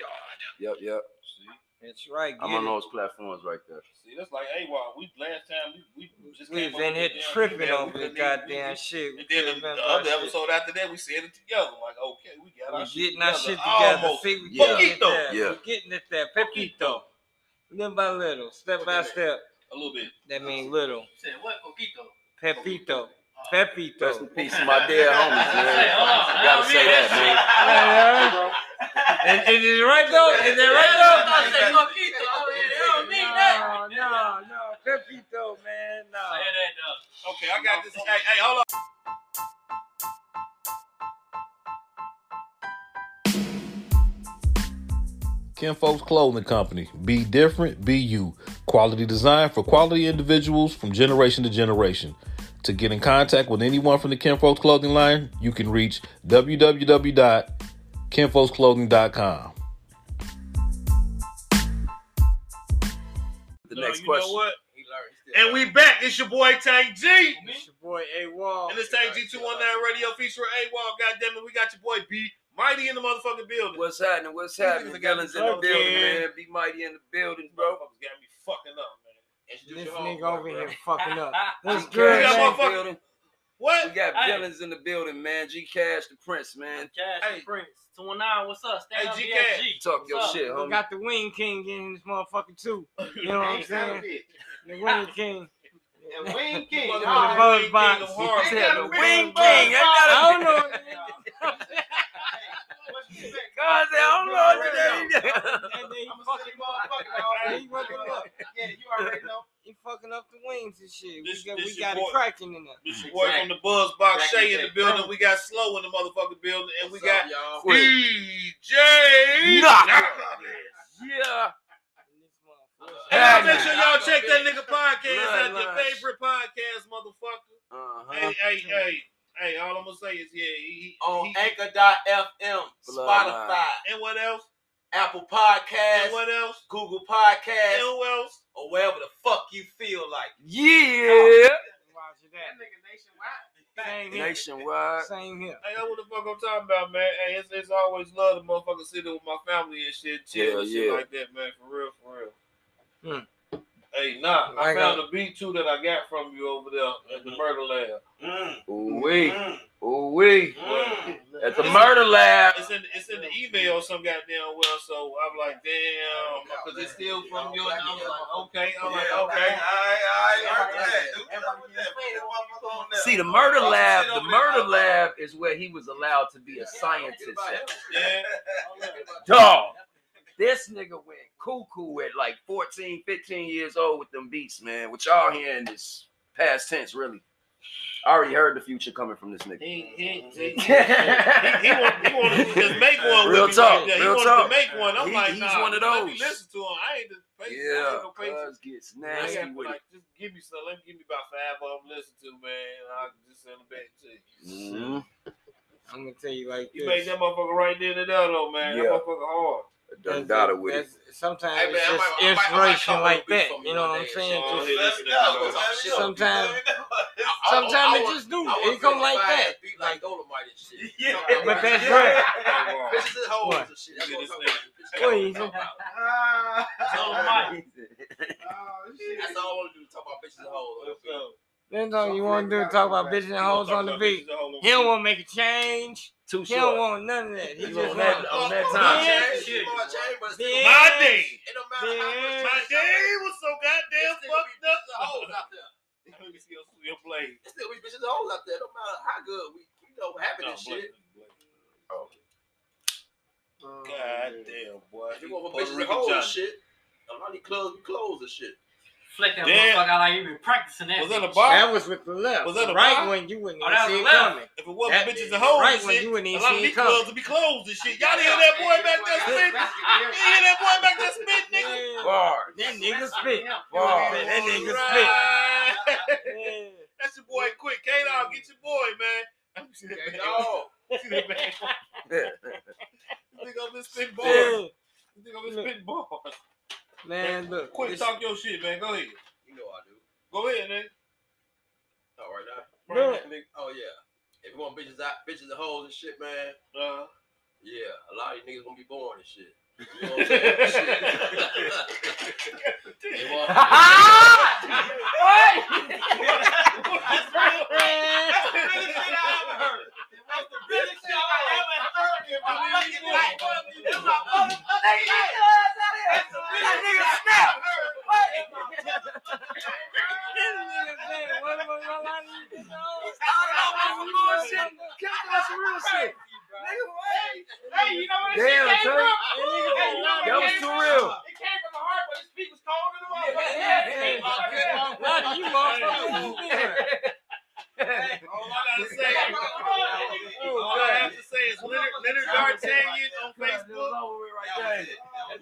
Speaker 1: Yep, yep.
Speaker 3: See,
Speaker 4: That's right.
Speaker 1: I'm
Speaker 4: get
Speaker 1: on
Speaker 4: it.
Speaker 1: those platforms right there.
Speaker 3: see, that's like AWOL. We last time we we just
Speaker 4: We
Speaker 3: came
Speaker 4: was
Speaker 3: up
Speaker 4: in here
Speaker 3: with the damn-
Speaker 4: tripping
Speaker 3: yeah, we
Speaker 4: over the
Speaker 3: couldn't even-
Speaker 4: goddamn
Speaker 3: we-
Speaker 4: shit.
Speaker 3: And then the, the other episode after that, we said it together. Like, okay, we got
Speaker 4: We're
Speaker 3: our shit
Speaker 4: getting our shit together.
Speaker 3: Almost.
Speaker 4: See, we
Speaker 1: Yeah.
Speaker 4: getting it
Speaker 3: Poquito.
Speaker 4: there.
Speaker 1: Yeah.
Speaker 4: We're getting it there. Pepito. Little by little, step
Speaker 3: What
Speaker 4: by
Speaker 3: that mean?
Speaker 4: step.
Speaker 3: A little bit.
Speaker 4: That means little.
Speaker 5: Said what? Coquito.
Speaker 4: Pepito.
Speaker 1: Rest in
Speaker 4: Pepito.
Speaker 1: peace to my dead homies, man.
Speaker 5: Hey,
Speaker 1: Gotta
Speaker 5: oh,
Speaker 1: say
Speaker 5: man,
Speaker 1: that,
Speaker 4: Yeah. And is it right though? Is it right
Speaker 5: I said Coquito. Oh, yeah, they don't
Speaker 4: though?
Speaker 5: mean that.
Speaker 4: No, no, no. Pepito, man.
Speaker 5: Say
Speaker 4: No.
Speaker 5: that, though.
Speaker 3: Okay, I got this. Hey, hey, hold on.
Speaker 8: Ken Folks Clothing Company. Be different, be you. Quality design for quality individuals from generation to generation. To get in contact with anyone from the Ken Folks Clothing line, you can reach www.kenfolksclothing.com.
Speaker 1: The
Speaker 3: No,
Speaker 1: next
Speaker 3: you
Speaker 1: question.
Speaker 3: Know what?
Speaker 5: He learned. He still
Speaker 3: And we back. It's your boy Tank G.
Speaker 4: It's your boy A Wall.
Speaker 3: And it's Tank G219 Radio featuring A-Wall. God damn it, we got your boy B. Mighty in the motherfucking building.
Speaker 1: What's happening? What's
Speaker 3: These niggas
Speaker 1: happening?
Speaker 3: got
Speaker 1: Villains in the
Speaker 4: drunk,
Speaker 1: building,
Speaker 4: man.
Speaker 1: man. Be mighty in the building, bro.
Speaker 3: Motherfuckers got me fucking up, man.
Speaker 4: This nigga over here fucking up.
Speaker 1: G
Speaker 4: What's
Speaker 1: Cash
Speaker 3: We
Speaker 4: good,
Speaker 3: got
Speaker 1: in the
Speaker 4: man?
Speaker 3: motherfucker-
Speaker 1: building. We
Speaker 3: What?
Speaker 1: got
Speaker 5: Hey.
Speaker 1: villains in the building, man. G Cash, the Prince, man.
Speaker 5: Cash
Speaker 3: Hey.
Speaker 5: hey. Prince. 219, what's up? Stand
Speaker 3: Hey,
Speaker 5: up,
Speaker 3: G
Speaker 5: BSG.
Speaker 1: Talk your
Speaker 5: What's up?
Speaker 1: shit,
Speaker 4: We
Speaker 1: homie.
Speaker 4: got the Wing King in this motherfucker too. You know what I'm saying? The Wing King.
Speaker 9: And Wing King.
Speaker 3: Motherfucker,
Speaker 9: all right.
Speaker 4: Buzz
Speaker 3: King
Speaker 4: Box.
Speaker 3: of Harlem.
Speaker 9: They got a
Speaker 1: Wing
Speaker 9: big
Speaker 1: King.
Speaker 9: Buzz
Speaker 1: I
Speaker 9: Box.
Speaker 4: I don't know.
Speaker 9: What you think?
Speaker 1: God, I don't know what to do.
Speaker 4: That nigga
Speaker 9: I'm a
Speaker 4: fucking
Speaker 9: city motherfucker, all right.
Speaker 4: He wasn't up.
Speaker 9: Yeah, you already know.
Speaker 4: He fucking up the wings and shit.
Speaker 3: This-
Speaker 4: we got,
Speaker 3: this
Speaker 4: we
Speaker 3: your
Speaker 4: got it
Speaker 3: boy.
Speaker 4: cracking in there.
Speaker 3: This your boy from the Buzz Box, Shay in the building. We got Slow in the motherfucking building, and we got
Speaker 1: Quick.
Speaker 3: DJ.
Speaker 1: Knock.
Speaker 3: Knock.
Speaker 1: Yeah.
Speaker 4: And this motherfucker-
Speaker 3: Hey, y'all
Speaker 1: Hey,
Speaker 3: make sure
Speaker 1: man.
Speaker 3: y'all check that nigga podcast
Speaker 1: Line,
Speaker 3: out. Your
Speaker 1: line.
Speaker 3: favorite podcast, motherfucker.
Speaker 1: Uh-huh.
Speaker 3: Hey, hey, hey, hey. All I'm gonna say is, yeah. He, he,
Speaker 9: On
Speaker 3: he-
Speaker 9: Anchor.fm,
Speaker 1: Bloodline.
Speaker 9: Spotify,
Speaker 3: and what else?
Speaker 9: Apple
Speaker 3: And
Speaker 9: Podcasts,
Speaker 3: what else?
Speaker 9: Google
Speaker 3: And
Speaker 9: Podcasts,
Speaker 3: who else?
Speaker 9: or wherever the fuck you feel like.
Speaker 1: Yeah.
Speaker 4: Watch
Speaker 9: That
Speaker 4: that.
Speaker 9: nigga nationwide.
Speaker 4: Same here.
Speaker 1: Nationwide.
Speaker 4: Uh, Same here.
Speaker 3: Hey, that's what the fuck I'm talking about, man. Hey, it's, it's always love to motherfucker sitting with my family and shit, chill and
Speaker 1: Yeah,
Speaker 3: shit
Speaker 1: yeah.
Speaker 3: like that, man. For real, for real.
Speaker 4: Hmm.
Speaker 3: Hey, nah, I,
Speaker 4: I got-
Speaker 3: found a beat too that I got from you over there at the murder lab.
Speaker 1: Ooh wee. Ooh wee.
Speaker 4: Mm.
Speaker 1: At the murder lab.
Speaker 3: It's in it's in the email some goddamn well, so I'm like, damn, because it's still from you. And I'm like, okay, I'm like, okay, all right, all right, all right.
Speaker 1: See, the murder lab, the murder lab is where he was allowed to be a scientist. At.
Speaker 3: Yeah.
Speaker 1: Dog, this nigga went cuckoo at like 14, 15 years old with them beats, man. What y'all hearing is past tense, really. I already heard the future coming from this nigga.
Speaker 3: He he he. He, he, want, he wanted to just
Speaker 1: yeah,
Speaker 3: make one
Speaker 1: Real
Speaker 3: with
Speaker 1: talk,
Speaker 3: me. right there. He
Speaker 1: real
Speaker 3: wanted
Speaker 1: talk.
Speaker 3: to make one. I'm
Speaker 1: He-
Speaker 3: like,
Speaker 1: he's
Speaker 3: nah,
Speaker 1: one of
Speaker 3: let me
Speaker 1: those.
Speaker 3: listen to him. I ain't the patient. I ain't no patient.
Speaker 1: cuz gets
Speaker 3: I
Speaker 1: nasty
Speaker 3: got,
Speaker 1: with it.
Speaker 3: like, just give me some. Let me give me about five of them. Listen to man. and I'll just send them back to you.
Speaker 1: Mhm.
Speaker 4: I'm gonna tell you like
Speaker 3: You make
Speaker 4: this.
Speaker 3: that motherfucker right there and there though, man.
Speaker 1: Yeah.
Speaker 3: That motherfucker hard.
Speaker 1: Done dotted with it.
Speaker 4: That's- Sometimes
Speaker 9: Hey, man,
Speaker 4: it's
Speaker 9: I
Speaker 4: just
Speaker 9: might- I might- I might
Speaker 4: inspiration
Speaker 9: come up
Speaker 4: like
Speaker 9: with
Speaker 4: that.
Speaker 9: something
Speaker 4: You know
Speaker 9: one
Speaker 4: what
Speaker 9: day,
Speaker 4: I'm saying?
Speaker 3: so-
Speaker 4: Just-
Speaker 9: Sometimes,
Speaker 4: sometimes it just do. It come like that.
Speaker 9: Like Dolomite and shit.
Speaker 4: But that's right.
Speaker 3: Hard.
Speaker 9: Bitches is hoes
Speaker 4: What?
Speaker 9: and shit. That's
Speaker 3: Look
Speaker 9: what
Speaker 3: at
Speaker 9: I'm
Speaker 3: this
Speaker 9: talking about. That's
Speaker 3: That's
Speaker 9: all I want to do. Talk about bitches and hoes.
Speaker 3: what's up.
Speaker 4: That's all you want to do. is Talk about bitches and hoes on the beat. He don't want to make a change.
Speaker 1: Too
Speaker 4: He
Speaker 1: short.
Speaker 4: don't want none of that. He
Speaker 1: You
Speaker 4: just
Speaker 1: on that-
Speaker 4: want
Speaker 1: on that
Speaker 9: Fuck
Speaker 1: time.
Speaker 9: change,
Speaker 3: Yeah.
Speaker 9: fuck change, but it's still-
Speaker 4: Yeah.
Speaker 3: My day,
Speaker 9: It don't matter how
Speaker 3: my
Speaker 9: much
Speaker 3: day was so goddamn
Speaker 9: It's still gonna be
Speaker 3: fucked
Speaker 9: bitches and hoes
Speaker 3: up.
Speaker 9: out there.
Speaker 3: Let me see your- your blade.
Speaker 9: It's still gonna be bitches and hoes out there. It don't matter how good we, we know what happened
Speaker 3: No,
Speaker 9: and shit.
Speaker 3: blade. God damn, boy.
Speaker 9: If you want for
Speaker 3: Puerto
Speaker 4: Oh,
Speaker 9: bitches and
Speaker 3: Rican
Speaker 9: hoes and
Speaker 3: Johnny.
Speaker 9: shit, a lot of these clubs be closed and shit.
Speaker 7: flick that
Speaker 3: Damn.
Speaker 7: motherfucker out like you been practicing that.
Speaker 3: Was that a
Speaker 7: bitch.
Speaker 3: bar?
Speaker 4: That was with the left.
Speaker 3: Was that a
Speaker 4: right
Speaker 3: bar?
Speaker 4: when you wouldn't
Speaker 7: Oh,
Speaker 4: even
Speaker 7: that
Speaker 4: see
Speaker 7: was
Speaker 4: it
Speaker 7: the left.
Speaker 4: coming.
Speaker 3: If it wasn't
Speaker 4: That-
Speaker 3: bitches and hoes
Speaker 4: right
Speaker 3: and
Speaker 4: when
Speaker 3: shit,
Speaker 4: you wouldn't
Speaker 3: a
Speaker 4: even
Speaker 3: lot
Speaker 4: see
Speaker 3: of
Speaker 4: it
Speaker 3: these
Speaker 4: coming.
Speaker 3: clubs would be closed and shit. Y'all didn't hear that boy back there spit? You didn't hear that boy back there spit, nigga?
Speaker 1: Bars.
Speaker 4: That nigga spit.
Speaker 1: Bars.
Speaker 4: Man, that nigga
Speaker 3: Right.
Speaker 4: spit.
Speaker 3: That's your boy quick. K-Dog, get your boy, man. Let me see that man. See that man. This nigga over here spitting bars.
Speaker 4: Yeah.
Speaker 3: This nigga over here spitting bars.
Speaker 4: Man, look.
Speaker 3: Quick,
Speaker 4: this-
Speaker 3: talk your shit, man. Go ahead.
Speaker 9: You know I do.
Speaker 3: Go ahead, man.
Speaker 9: Oh, right now.
Speaker 4: Look.
Speaker 9: Oh yeah. If you want bitches out, bitches and hoes and shit, man.
Speaker 3: Uh,
Speaker 9: Yeah, a lot of these niggas gonna be born and shit. You know what I'm saying? Shit. They want-
Speaker 5: Hey, you know what this
Speaker 4: Damn,
Speaker 5: shit came
Speaker 4: son.
Speaker 5: from?
Speaker 4: That
Speaker 5: Hey, you know what it
Speaker 4: was
Speaker 5: came
Speaker 4: too
Speaker 5: from?
Speaker 4: real.
Speaker 5: It came from the heart, but his feet was cold in the water.
Speaker 4: yeah, yeah. Rodney, you lost all you doing.
Speaker 3: all I gotta say, all I have to say is Leonard, Leonard D'Artagnan on Facebook.
Speaker 1: That
Speaker 4: D'Artagnan.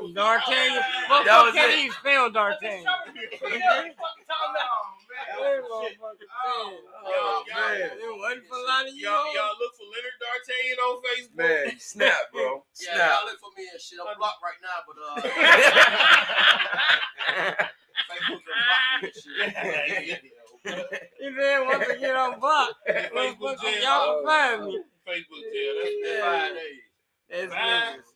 Speaker 1: was
Speaker 4: Motherfucker can't
Speaker 1: it.
Speaker 4: even spell D'Artagnan.
Speaker 3: Oh, man.
Speaker 4: It wasn't for a lot of you.
Speaker 3: Y'all, y'all look for Leonard D'Artagnan on Facebook.
Speaker 1: Man, snap, bro.
Speaker 9: Yeah, y'all
Speaker 1: Snap.
Speaker 9: look for me and shit. I'm blocked right now, but uh, Facebook blocked me and shit.
Speaker 4: He said once I get on block,
Speaker 3: Facebook
Speaker 4: motherfucker,
Speaker 3: jail.
Speaker 4: y'all can find me.
Speaker 3: Facebook jail. That's
Speaker 4: Yeah.
Speaker 3: five days.
Speaker 4: That's
Speaker 3: Five.
Speaker 4: niggas.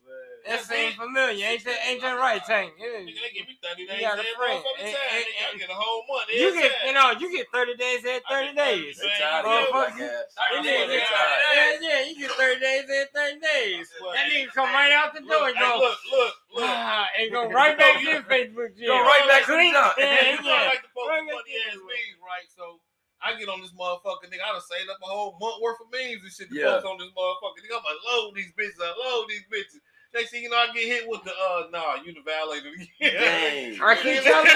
Speaker 4: That's ain't familiar. Ain't that ain't that right, Tank? It
Speaker 3: Nigga,
Speaker 4: is.
Speaker 3: they give me 30 days
Speaker 4: You got a
Speaker 3: every
Speaker 4: friend.
Speaker 3: motherfucking
Speaker 4: And-
Speaker 3: time.
Speaker 4: and-
Speaker 3: Nigga, I get a whole month.
Speaker 4: You
Speaker 3: every
Speaker 4: get
Speaker 3: time.
Speaker 4: you know you get thirty days at thirty days.
Speaker 1: They tired of y'all
Speaker 4: Motherfucker, you-
Speaker 1: black
Speaker 4: That
Speaker 1: ass. They
Speaker 4: nigga get-
Speaker 1: tired.
Speaker 4: Yeah, yeah, you get thirty days at thirty days.
Speaker 3: Look,
Speaker 4: That nigga come right out the door
Speaker 3: look,
Speaker 4: and
Speaker 3: hey,
Speaker 4: go
Speaker 3: look, look, look.
Speaker 4: ah, and go right back to your Facebook jail.
Speaker 1: Go right back to the
Speaker 4: Clean-
Speaker 1: dump.
Speaker 4: Yeah,
Speaker 3: you know I
Speaker 4: yeah.
Speaker 3: like to post
Speaker 4: Bring
Speaker 3: funny
Speaker 4: it
Speaker 3: ass
Speaker 4: to me.
Speaker 3: memes, right? So I get on this motherfucker, nigga. I done saved up a whole month worth of memes and shit to
Speaker 1: Yeah.
Speaker 3: post on this motherfucker. Nigga, I'ma load these bitches. I load these bitches. Next thing you know, I get hit with the uh nah, you the violator again.
Speaker 1: Dang.
Speaker 4: I keep telling I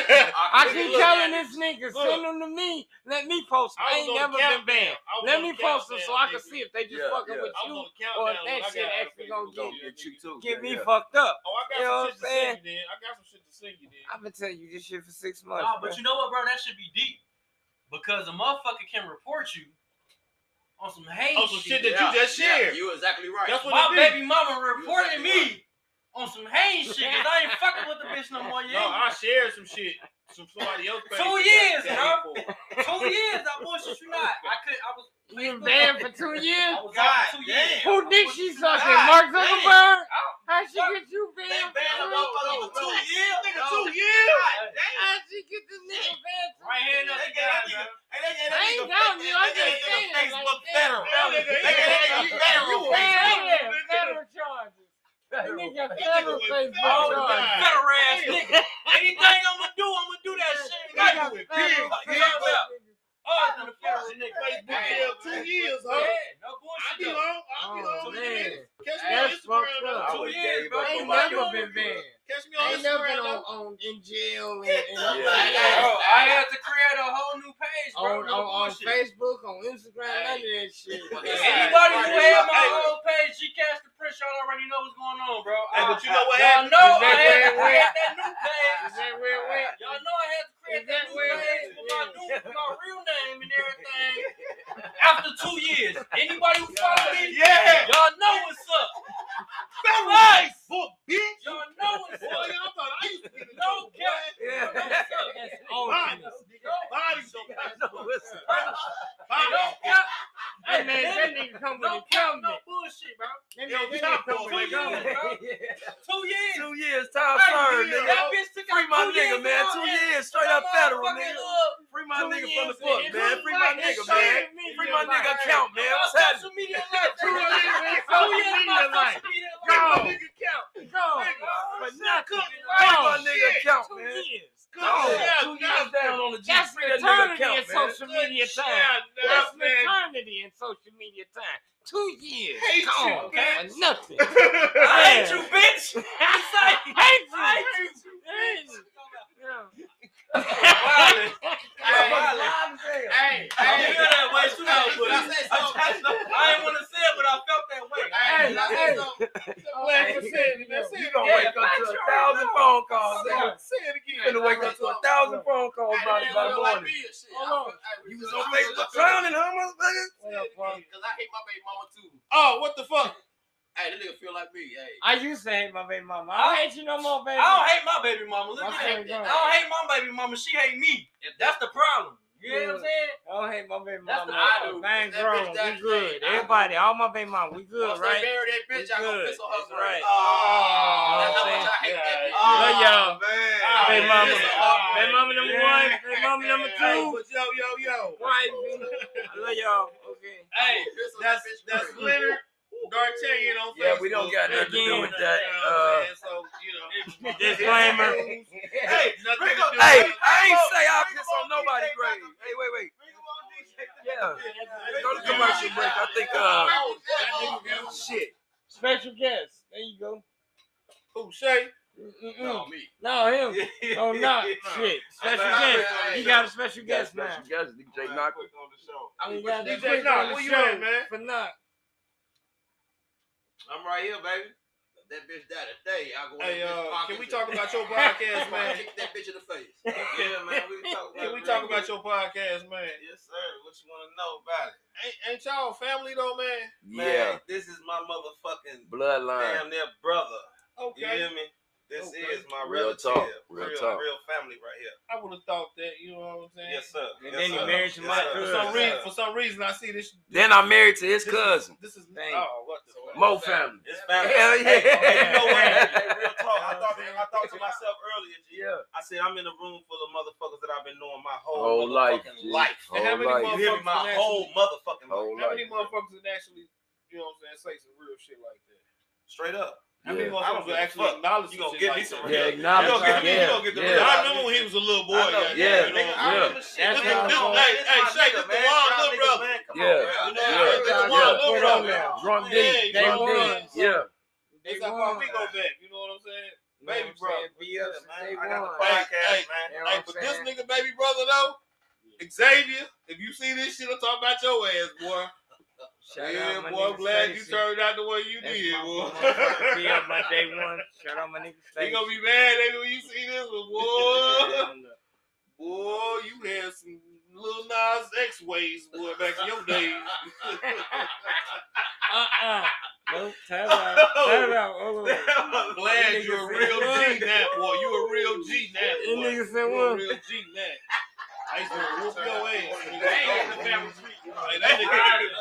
Speaker 3: Nigga,
Speaker 4: keep
Speaker 3: look,
Speaker 4: telling this nigga,
Speaker 3: Look.
Speaker 4: send them to me. Let me post. 'em.
Speaker 3: I was
Speaker 4: I ain't
Speaker 3: on
Speaker 4: never
Speaker 3: the
Speaker 4: been
Speaker 3: countdown.
Speaker 4: banned.
Speaker 3: I was
Speaker 4: Let
Speaker 3: on
Speaker 4: me
Speaker 3: the
Speaker 4: post them so I can
Speaker 3: countdown,
Speaker 4: see if they just
Speaker 1: Yeah,
Speaker 4: fucking
Speaker 1: yeah.
Speaker 4: with
Speaker 3: I was
Speaker 4: you
Speaker 3: on the countdown.
Speaker 4: or if
Speaker 3: when
Speaker 4: that
Speaker 3: I got
Speaker 4: shit
Speaker 3: out of
Speaker 4: actually gonna
Speaker 3: Facebook.
Speaker 1: Gonna
Speaker 3: Yeah,
Speaker 1: get you
Speaker 3: nigga.
Speaker 1: too.
Speaker 4: get
Speaker 1: Yeah,
Speaker 4: me
Speaker 1: yeah.
Speaker 4: fucked up.
Speaker 3: Oh, I got
Speaker 4: You know
Speaker 3: some
Speaker 4: what
Speaker 3: shit to
Speaker 4: I'm
Speaker 3: send
Speaker 4: saying?
Speaker 3: you then. I got some shit to send you then.
Speaker 4: I've been telling you this shit for six months.
Speaker 7: Nah,
Speaker 4: bruh.
Speaker 7: but you know what, bro? That should be deep because a motherfucker can report you on some hate.
Speaker 3: Oh, some shit that
Speaker 9: Yeah,
Speaker 3: you just
Speaker 9: yeah,
Speaker 3: shared.
Speaker 9: You exactly right.
Speaker 3: That's what
Speaker 7: my
Speaker 3: it is.
Speaker 7: baby mama reported me on some Haynes shit because I ain't fucking with the bitch no more.
Speaker 3: No,
Speaker 7: Yeah,
Speaker 3: I shared some shit. Some somebody else.
Speaker 7: Two
Speaker 3: paid me
Speaker 7: years,
Speaker 3: that
Speaker 7: bro.
Speaker 3: for it.
Speaker 7: two years. I bullshit you not. I could. I was.
Speaker 4: you been banned for two years.
Speaker 7: I was out for two years.
Speaker 4: Who thinks she's sucking?
Speaker 7: God
Speaker 4: Mark
Speaker 7: damn.
Speaker 4: Zuckerberg?
Speaker 7: I don't-
Speaker 4: How she get you banned? for
Speaker 7: They banned a
Speaker 4: real?
Speaker 7: motherfucker for two years, nigga. Two years.
Speaker 4: How she get this nigga banned? for
Speaker 7: Right
Speaker 4: real?
Speaker 7: here, they got that nigga.
Speaker 4: I ain't down you. I'm just saying.
Speaker 7: Facebook
Speaker 4: like,
Speaker 7: federal.
Speaker 4: damn.
Speaker 3: They got
Speaker 7: They got
Speaker 3: you-
Speaker 7: federal.
Speaker 3: you-
Speaker 4: Man,
Speaker 3: Facebook
Speaker 4: I got
Speaker 3: nigga.
Speaker 4: federal charges. That nigga got federal
Speaker 3: was
Speaker 4: Facebook
Speaker 3: federal.
Speaker 4: charges.
Speaker 7: Federal ass nigga. Anything I'm gonna do, I'm gonna do that shit.
Speaker 4: They
Speaker 7: Nigga.
Speaker 4: got
Speaker 3: you a
Speaker 4: federal
Speaker 3: bitch,
Speaker 4: charges.
Speaker 7: Other than the federal nigga.
Speaker 3: Facebook jail
Speaker 7: Damn.
Speaker 3: two years,
Speaker 7: Yeah,
Speaker 3: huh?
Speaker 7: no
Speaker 3: I
Speaker 7: bullshit.
Speaker 3: be
Speaker 7: though.
Speaker 3: on. I be
Speaker 4: Oh,
Speaker 3: on.
Speaker 4: man.
Speaker 3: Catch me on Instagram.
Speaker 4: That's fucked
Speaker 3: though.
Speaker 1: I
Speaker 4: up.
Speaker 1: was
Speaker 7: Two
Speaker 1: gay,
Speaker 7: years,
Speaker 1: bro.
Speaker 7: bro.
Speaker 4: I
Speaker 1: for
Speaker 4: ain't
Speaker 1: my
Speaker 4: never been banned.
Speaker 3: Catch me
Speaker 4: I
Speaker 3: on
Speaker 4: ain't never been
Speaker 3: Instagram.
Speaker 4: on,
Speaker 3: though.
Speaker 4: on in jail and, and
Speaker 1: Yeah.
Speaker 7: Bro, Oh, I had to create a whole new page,
Speaker 4: on,
Speaker 7: bro.
Speaker 4: on,
Speaker 7: no
Speaker 4: on
Speaker 7: bullshit.
Speaker 4: Facebook, on Instagram, none of that shit.
Speaker 7: Anybody who had my
Speaker 3: Hey.
Speaker 7: own page, Gcash the Prince, y'all already know what's going on, bro.
Speaker 3: Hey,
Speaker 7: I,
Speaker 3: but you know what
Speaker 7: y'all
Speaker 3: happened?
Speaker 7: know I
Speaker 4: Is that where
Speaker 7: had to
Speaker 4: it
Speaker 7: create that new
Speaker 4: Is
Speaker 7: page.
Speaker 4: that where it went?
Speaker 7: Y'all know I had to create
Speaker 4: Is
Speaker 7: that
Speaker 4: that
Speaker 7: new
Speaker 4: where-
Speaker 7: page with my new, my real name and everything. After two years, anybody who follow me,
Speaker 3: Yeah.
Speaker 7: y'all know what's up.
Speaker 3: Book, bitch.
Speaker 7: Y'all know what's
Speaker 3: Boy,
Speaker 7: up.
Speaker 3: y'all thought I used to be the joke,
Speaker 7: No cap.
Speaker 3: boy.
Speaker 7: Y'all know what's up.
Speaker 4: That's
Speaker 3: Bodies,
Speaker 4: all.
Speaker 3: nigga. Bodies on Facebook.
Speaker 7: No
Speaker 3: Bodies.
Speaker 7: cap.
Speaker 4: That
Speaker 7: Oh,
Speaker 4: man, that nigga come with
Speaker 7: No
Speaker 4: a
Speaker 7: cap. No
Speaker 4: helmet.
Speaker 7: bullshit, bro.
Speaker 4: That
Speaker 3: Yo,
Speaker 4: nigga
Speaker 3: Chapo,
Speaker 4: that nigga come
Speaker 3: man,
Speaker 4: with a
Speaker 7: go.
Speaker 4: helmet.
Speaker 7: Two years.
Speaker 1: Two years, time
Speaker 7: Hey,
Speaker 1: served,
Speaker 3: yeah.
Speaker 1: nigga.
Speaker 7: That bitch took
Speaker 1: Free
Speaker 7: out
Speaker 1: my
Speaker 7: two
Speaker 1: nigga,
Speaker 7: years
Speaker 1: man.
Speaker 7: off
Speaker 1: Two
Speaker 7: and-
Speaker 1: years, straight up federal, nigga. Free my
Speaker 4: Two
Speaker 1: nigga from the
Speaker 4: years
Speaker 1: book, man.
Speaker 4: in his
Speaker 1: Free my
Speaker 4: life,
Speaker 1: nigga,
Speaker 4: showed
Speaker 1: man.
Speaker 4: me
Speaker 1: Free
Speaker 4: his
Speaker 1: my
Speaker 4: life.
Speaker 1: nigga account, man. What's happening?
Speaker 7: Social media life.
Speaker 4: Two years in
Speaker 7: Two
Speaker 4: social
Speaker 7: years
Speaker 4: media
Speaker 7: my
Speaker 4: life.
Speaker 7: social media life.
Speaker 4: Go,
Speaker 3: Nigga count.
Speaker 4: go, but nothing.
Speaker 1: Free
Speaker 4: Go,
Speaker 1: my nigga account,
Speaker 4: two
Speaker 1: man.
Speaker 4: years.
Speaker 3: Good
Speaker 1: Oh,
Speaker 3: shit.
Speaker 1: two years down on the G.
Speaker 4: That's
Speaker 1: Free that nigga
Speaker 4: maternity in
Speaker 1: account, man.
Speaker 4: social media
Speaker 3: Good
Speaker 4: time.
Speaker 3: shit,
Speaker 4: That's
Speaker 3: man.
Speaker 4: maternity in social media time. Two years.
Speaker 3: Hate you,
Speaker 4: Gone.
Speaker 3: man.
Speaker 4: For nothing.
Speaker 7: I
Speaker 4: Yeah.
Speaker 7: hate you, bitch.
Speaker 4: I hate you. Hate you. Yeah.
Speaker 1: to a thousand phone calls about it by the morning.
Speaker 9: Hold on.
Speaker 1: You was on Facebook clowning, huh, motherfucker?
Speaker 9: Because I hate my baby mama too.
Speaker 1: Oh, what the fuck?
Speaker 9: Hey, this nigga feel like me. Hey.
Speaker 4: I used to hate my baby mama. I don't hate you no more, baby.
Speaker 7: I don't hate my baby mama. Look
Speaker 4: My
Speaker 7: at
Speaker 4: baby
Speaker 7: that. I
Speaker 4: mama.
Speaker 7: don't hate my baby mama. She hate me. That's the problem. You know what I'm saying?
Speaker 4: I don't hate my baby
Speaker 7: That's
Speaker 4: mama.
Speaker 7: what I do.
Speaker 4: Man,
Speaker 9: That
Speaker 4: grown.
Speaker 9: bitch died
Speaker 4: We good.
Speaker 9: today. I-
Speaker 4: Everybody, all my baby mama, we good,
Speaker 9: Once they
Speaker 4: right?
Speaker 9: bury that bitch, I gonna
Speaker 4: Good.
Speaker 9: piss on her
Speaker 4: That's
Speaker 9: grave.
Speaker 4: right.
Speaker 9: Oh, that's how
Speaker 4: man.
Speaker 9: much I hate that bitch.
Speaker 3: Ah,
Speaker 4: Love y'all.
Speaker 1: ah,
Speaker 3: man.
Speaker 4: Baby mama.
Speaker 9: yeah.
Speaker 4: Baby mama number one. Baby mama number
Speaker 3: Hey,
Speaker 4: two.
Speaker 3: but yo, yo, yo.
Speaker 4: Wife. I love y'all. Okay.
Speaker 7: Hey,
Speaker 9: Piss on
Speaker 3: That's
Speaker 9: that bitch
Speaker 3: that's
Speaker 9: grave.
Speaker 3: Leonard D'Artagnan on Facebook.
Speaker 1: Yeah, we don't got nothing to do with that.
Speaker 3: You know
Speaker 1: Uh,
Speaker 3: what I'm saying? so you know,
Speaker 4: Disclaimer.
Speaker 3: Hey, nothing to do
Speaker 1: Hey,
Speaker 3: with
Speaker 1: I ain't say I piss on nobody's grave. Hey, wait, wait. Yeah. Go to commercial break. I think uh shit.
Speaker 4: Special guest. There you go.
Speaker 3: Who Shay?
Speaker 4: Mm-mm.
Speaker 9: No, me.
Speaker 4: No, him.
Speaker 9: Oh,
Speaker 4: No, not shit. Special
Speaker 3: I- I-
Speaker 4: guest.
Speaker 3: I-
Speaker 4: He got a special
Speaker 1: You got
Speaker 4: guest now.
Speaker 1: special guest, DJ Knocker.
Speaker 4: He got
Speaker 3: DJ
Speaker 4: the quick
Speaker 3: Knock,
Speaker 4: on the
Speaker 3: where you
Speaker 4: show
Speaker 3: at, man?
Speaker 4: For not.
Speaker 9: I'm right here, baby. If That bitch died today. I go. in
Speaker 3: Hey,
Speaker 9: that bitch
Speaker 3: uh,
Speaker 9: pocket
Speaker 3: can we
Speaker 9: and-
Speaker 3: talk about your podcast,
Speaker 9: I'm gonna
Speaker 3: man?
Speaker 9: kick that bitch in the face.
Speaker 7: yeah, man. We can talk about
Speaker 3: Can we
Speaker 7: it
Speaker 3: talk
Speaker 7: real
Speaker 3: about
Speaker 7: quick.
Speaker 3: your podcast, man?
Speaker 7: Yes, sir. What you want to know about it?
Speaker 3: Ain't, ain't y'all family though, man?
Speaker 1: Yeah.
Speaker 7: Man, this is my motherfucking
Speaker 1: Bloodline.
Speaker 7: damn near brother. You
Speaker 3: Okay,
Speaker 7: hear me? This
Speaker 3: Okay.
Speaker 7: is my
Speaker 1: Real
Speaker 7: relative.
Speaker 1: talk. Real
Speaker 7: real,
Speaker 1: talk.
Speaker 7: real family right here.
Speaker 3: I would have thought that. You know what I'm saying?
Speaker 7: Yes, sir.
Speaker 4: And
Speaker 7: yes,
Speaker 4: then he
Speaker 7: sir.
Speaker 4: married your
Speaker 7: Yes,
Speaker 4: wife.
Speaker 7: sir.
Speaker 3: For some
Speaker 7: Yes,
Speaker 3: reason,
Speaker 7: sir.
Speaker 3: for some reason, I see this.
Speaker 1: Then I'm married to his cousin,
Speaker 3: This is
Speaker 4: Dang.
Speaker 3: oh, what the fuck?
Speaker 1: Mo family.
Speaker 7: It's family.
Speaker 1: Hell yeah.
Speaker 7: Hey, hey, you know what? Hey,
Speaker 4: You
Speaker 7: real talk. I
Speaker 4: know what
Speaker 7: thought,
Speaker 4: I'm
Speaker 7: I thought to myself earlier, G.
Speaker 1: Yeah.
Speaker 7: I said I'm in a room full of motherfuckers that I've been knowing my
Speaker 1: Whole
Speaker 7: whole,
Speaker 1: life.
Speaker 7: motherfucking
Speaker 1: G.
Speaker 7: life.
Speaker 3: And how
Speaker 1: Whole
Speaker 3: many
Speaker 7: You
Speaker 1: life.
Speaker 7: hear me? My whole motherfucking life.
Speaker 1: Whole
Speaker 3: How many
Speaker 1: life.
Speaker 3: motherfuckers that actually, you know what I'm saying, say some real shit like that?
Speaker 7: Straight up.
Speaker 3: How
Speaker 1: Yeah.
Speaker 3: many
Speaker 7: I
Speaker 3: motherfuckers
Speaker 7: don't give
Speaker 3: will
Speaker 7: a
Speaker 3: actually
Speaker 7: fuck.
Speaker 3: acknowledge
Speaker 7: You
Speaker 3: some
Speaker 7: gonna
Speaker 3: shit
Speaker 7: give me
Speaker 3: like
Speaker 7: some
Speaker 3: that?
Speaker 7: real.
Speaker 1: Yeah,
Speaker 7: You gonna
Speaker 1: acknowledge.
Speaker 7: get me- you
Speaker 1: Yeah,
Speaker 7: gonna get the
Speaker 1: yeah.
Speaker 7: real.
Speaker 3: I remember when he was a little boy.
Speaker 7: I know.
Speaker 3: goddamn,
Speaker 1: Yeah.
Speaker 3: you know
Speaker 7: Nigga,
Speaker 3: what
Speaker 7: I
Speaker 3: I'm
Speaker 1: Yeah.
Speaker 7: remember shit.
Speaker 4: That's
Speaker 7: This
Speaker 4: how I'm
Speaker 7: is- this- Hey, hey,
Speaker 3: going.
Speaker 7: Shay, this the
Speaker 3: Yeah.
Speaker 7: one little
Speaker 3: Yeah.
Speaker 7: brother.
Speaker 1: Yeah.
Speaker 7: Come on, bro. You
Speaker 1: Yeah.
Speaker 7: know what I'm saying? This the one
Speaker 1: Yeah.
Speaker 4: Put
Speaker 7: little
Speaker 4: on
Speaker 7: brother.
Speaker 4: there.
Speaker 1: Drunk
Speaker 7: Man,
Speaker 1: Diddy.
Speaker 4: They
Speaker 1: Drunk
Speaker 4: won.
Speaker 1: Diddy. Yeah.
Speaker 4: They
Speaker 3: That's how
Speaker 4: won.
Speaker 3: far we go back. You know what I'm saying? Baby
Speaker 4: Baby
Speaker 3: brother.
Speaker 4: Be up since
Speaker 7: Man,
Speaker 4: day
Speaker 7: I got
Speaker 4: one.
Speaker 7: the podcast,
Speaker 3: Hey,
Speaker 7: man.
Speaker 3: Hey,
Speaker 4: You know what I'm
Speaker 3: but this
Speaker 4: saying?
Speaker 3: nigga baby brother though, Xavier, if you see this shit, I'm talking about your ass, boy.
Speaker 4: Shout
Speaker 3: yeah,
Speaker 4: out my
Speaker 3: boy,
Speaker 4: nigga
Speaker 3: I'm glad you
Speaker 4: Stacy.
Speaker 3: turned out the way you
Speaker 4: That's
Speaker 3: did,
Speaker 4: my
Speaker 3: boy.
Speaker 4: motherfucker. Be up my day one. Shout out my nigga
Speaker 3: You
Speaker 4: Stacy.
Speaker 3: gonna be mad baby, when you see this one, boy. boy, you had some little Nas X ways, boy, back in your days.
Speaker 4: Uh-uh. Nope. Time out. Time out. Hold on.
Speaker 3: I'm glad you're a real G now, boy. You a real G now,
Speaker 4: That
Speaker 3: boy.
Speaker 4: nigga said
Speaker 3: You a
Speaker 4: one.
Speaker 3: real G now. I used to whoop your ass.
Speaker 7: Damn.
Speaker 3: Hey, that nigga.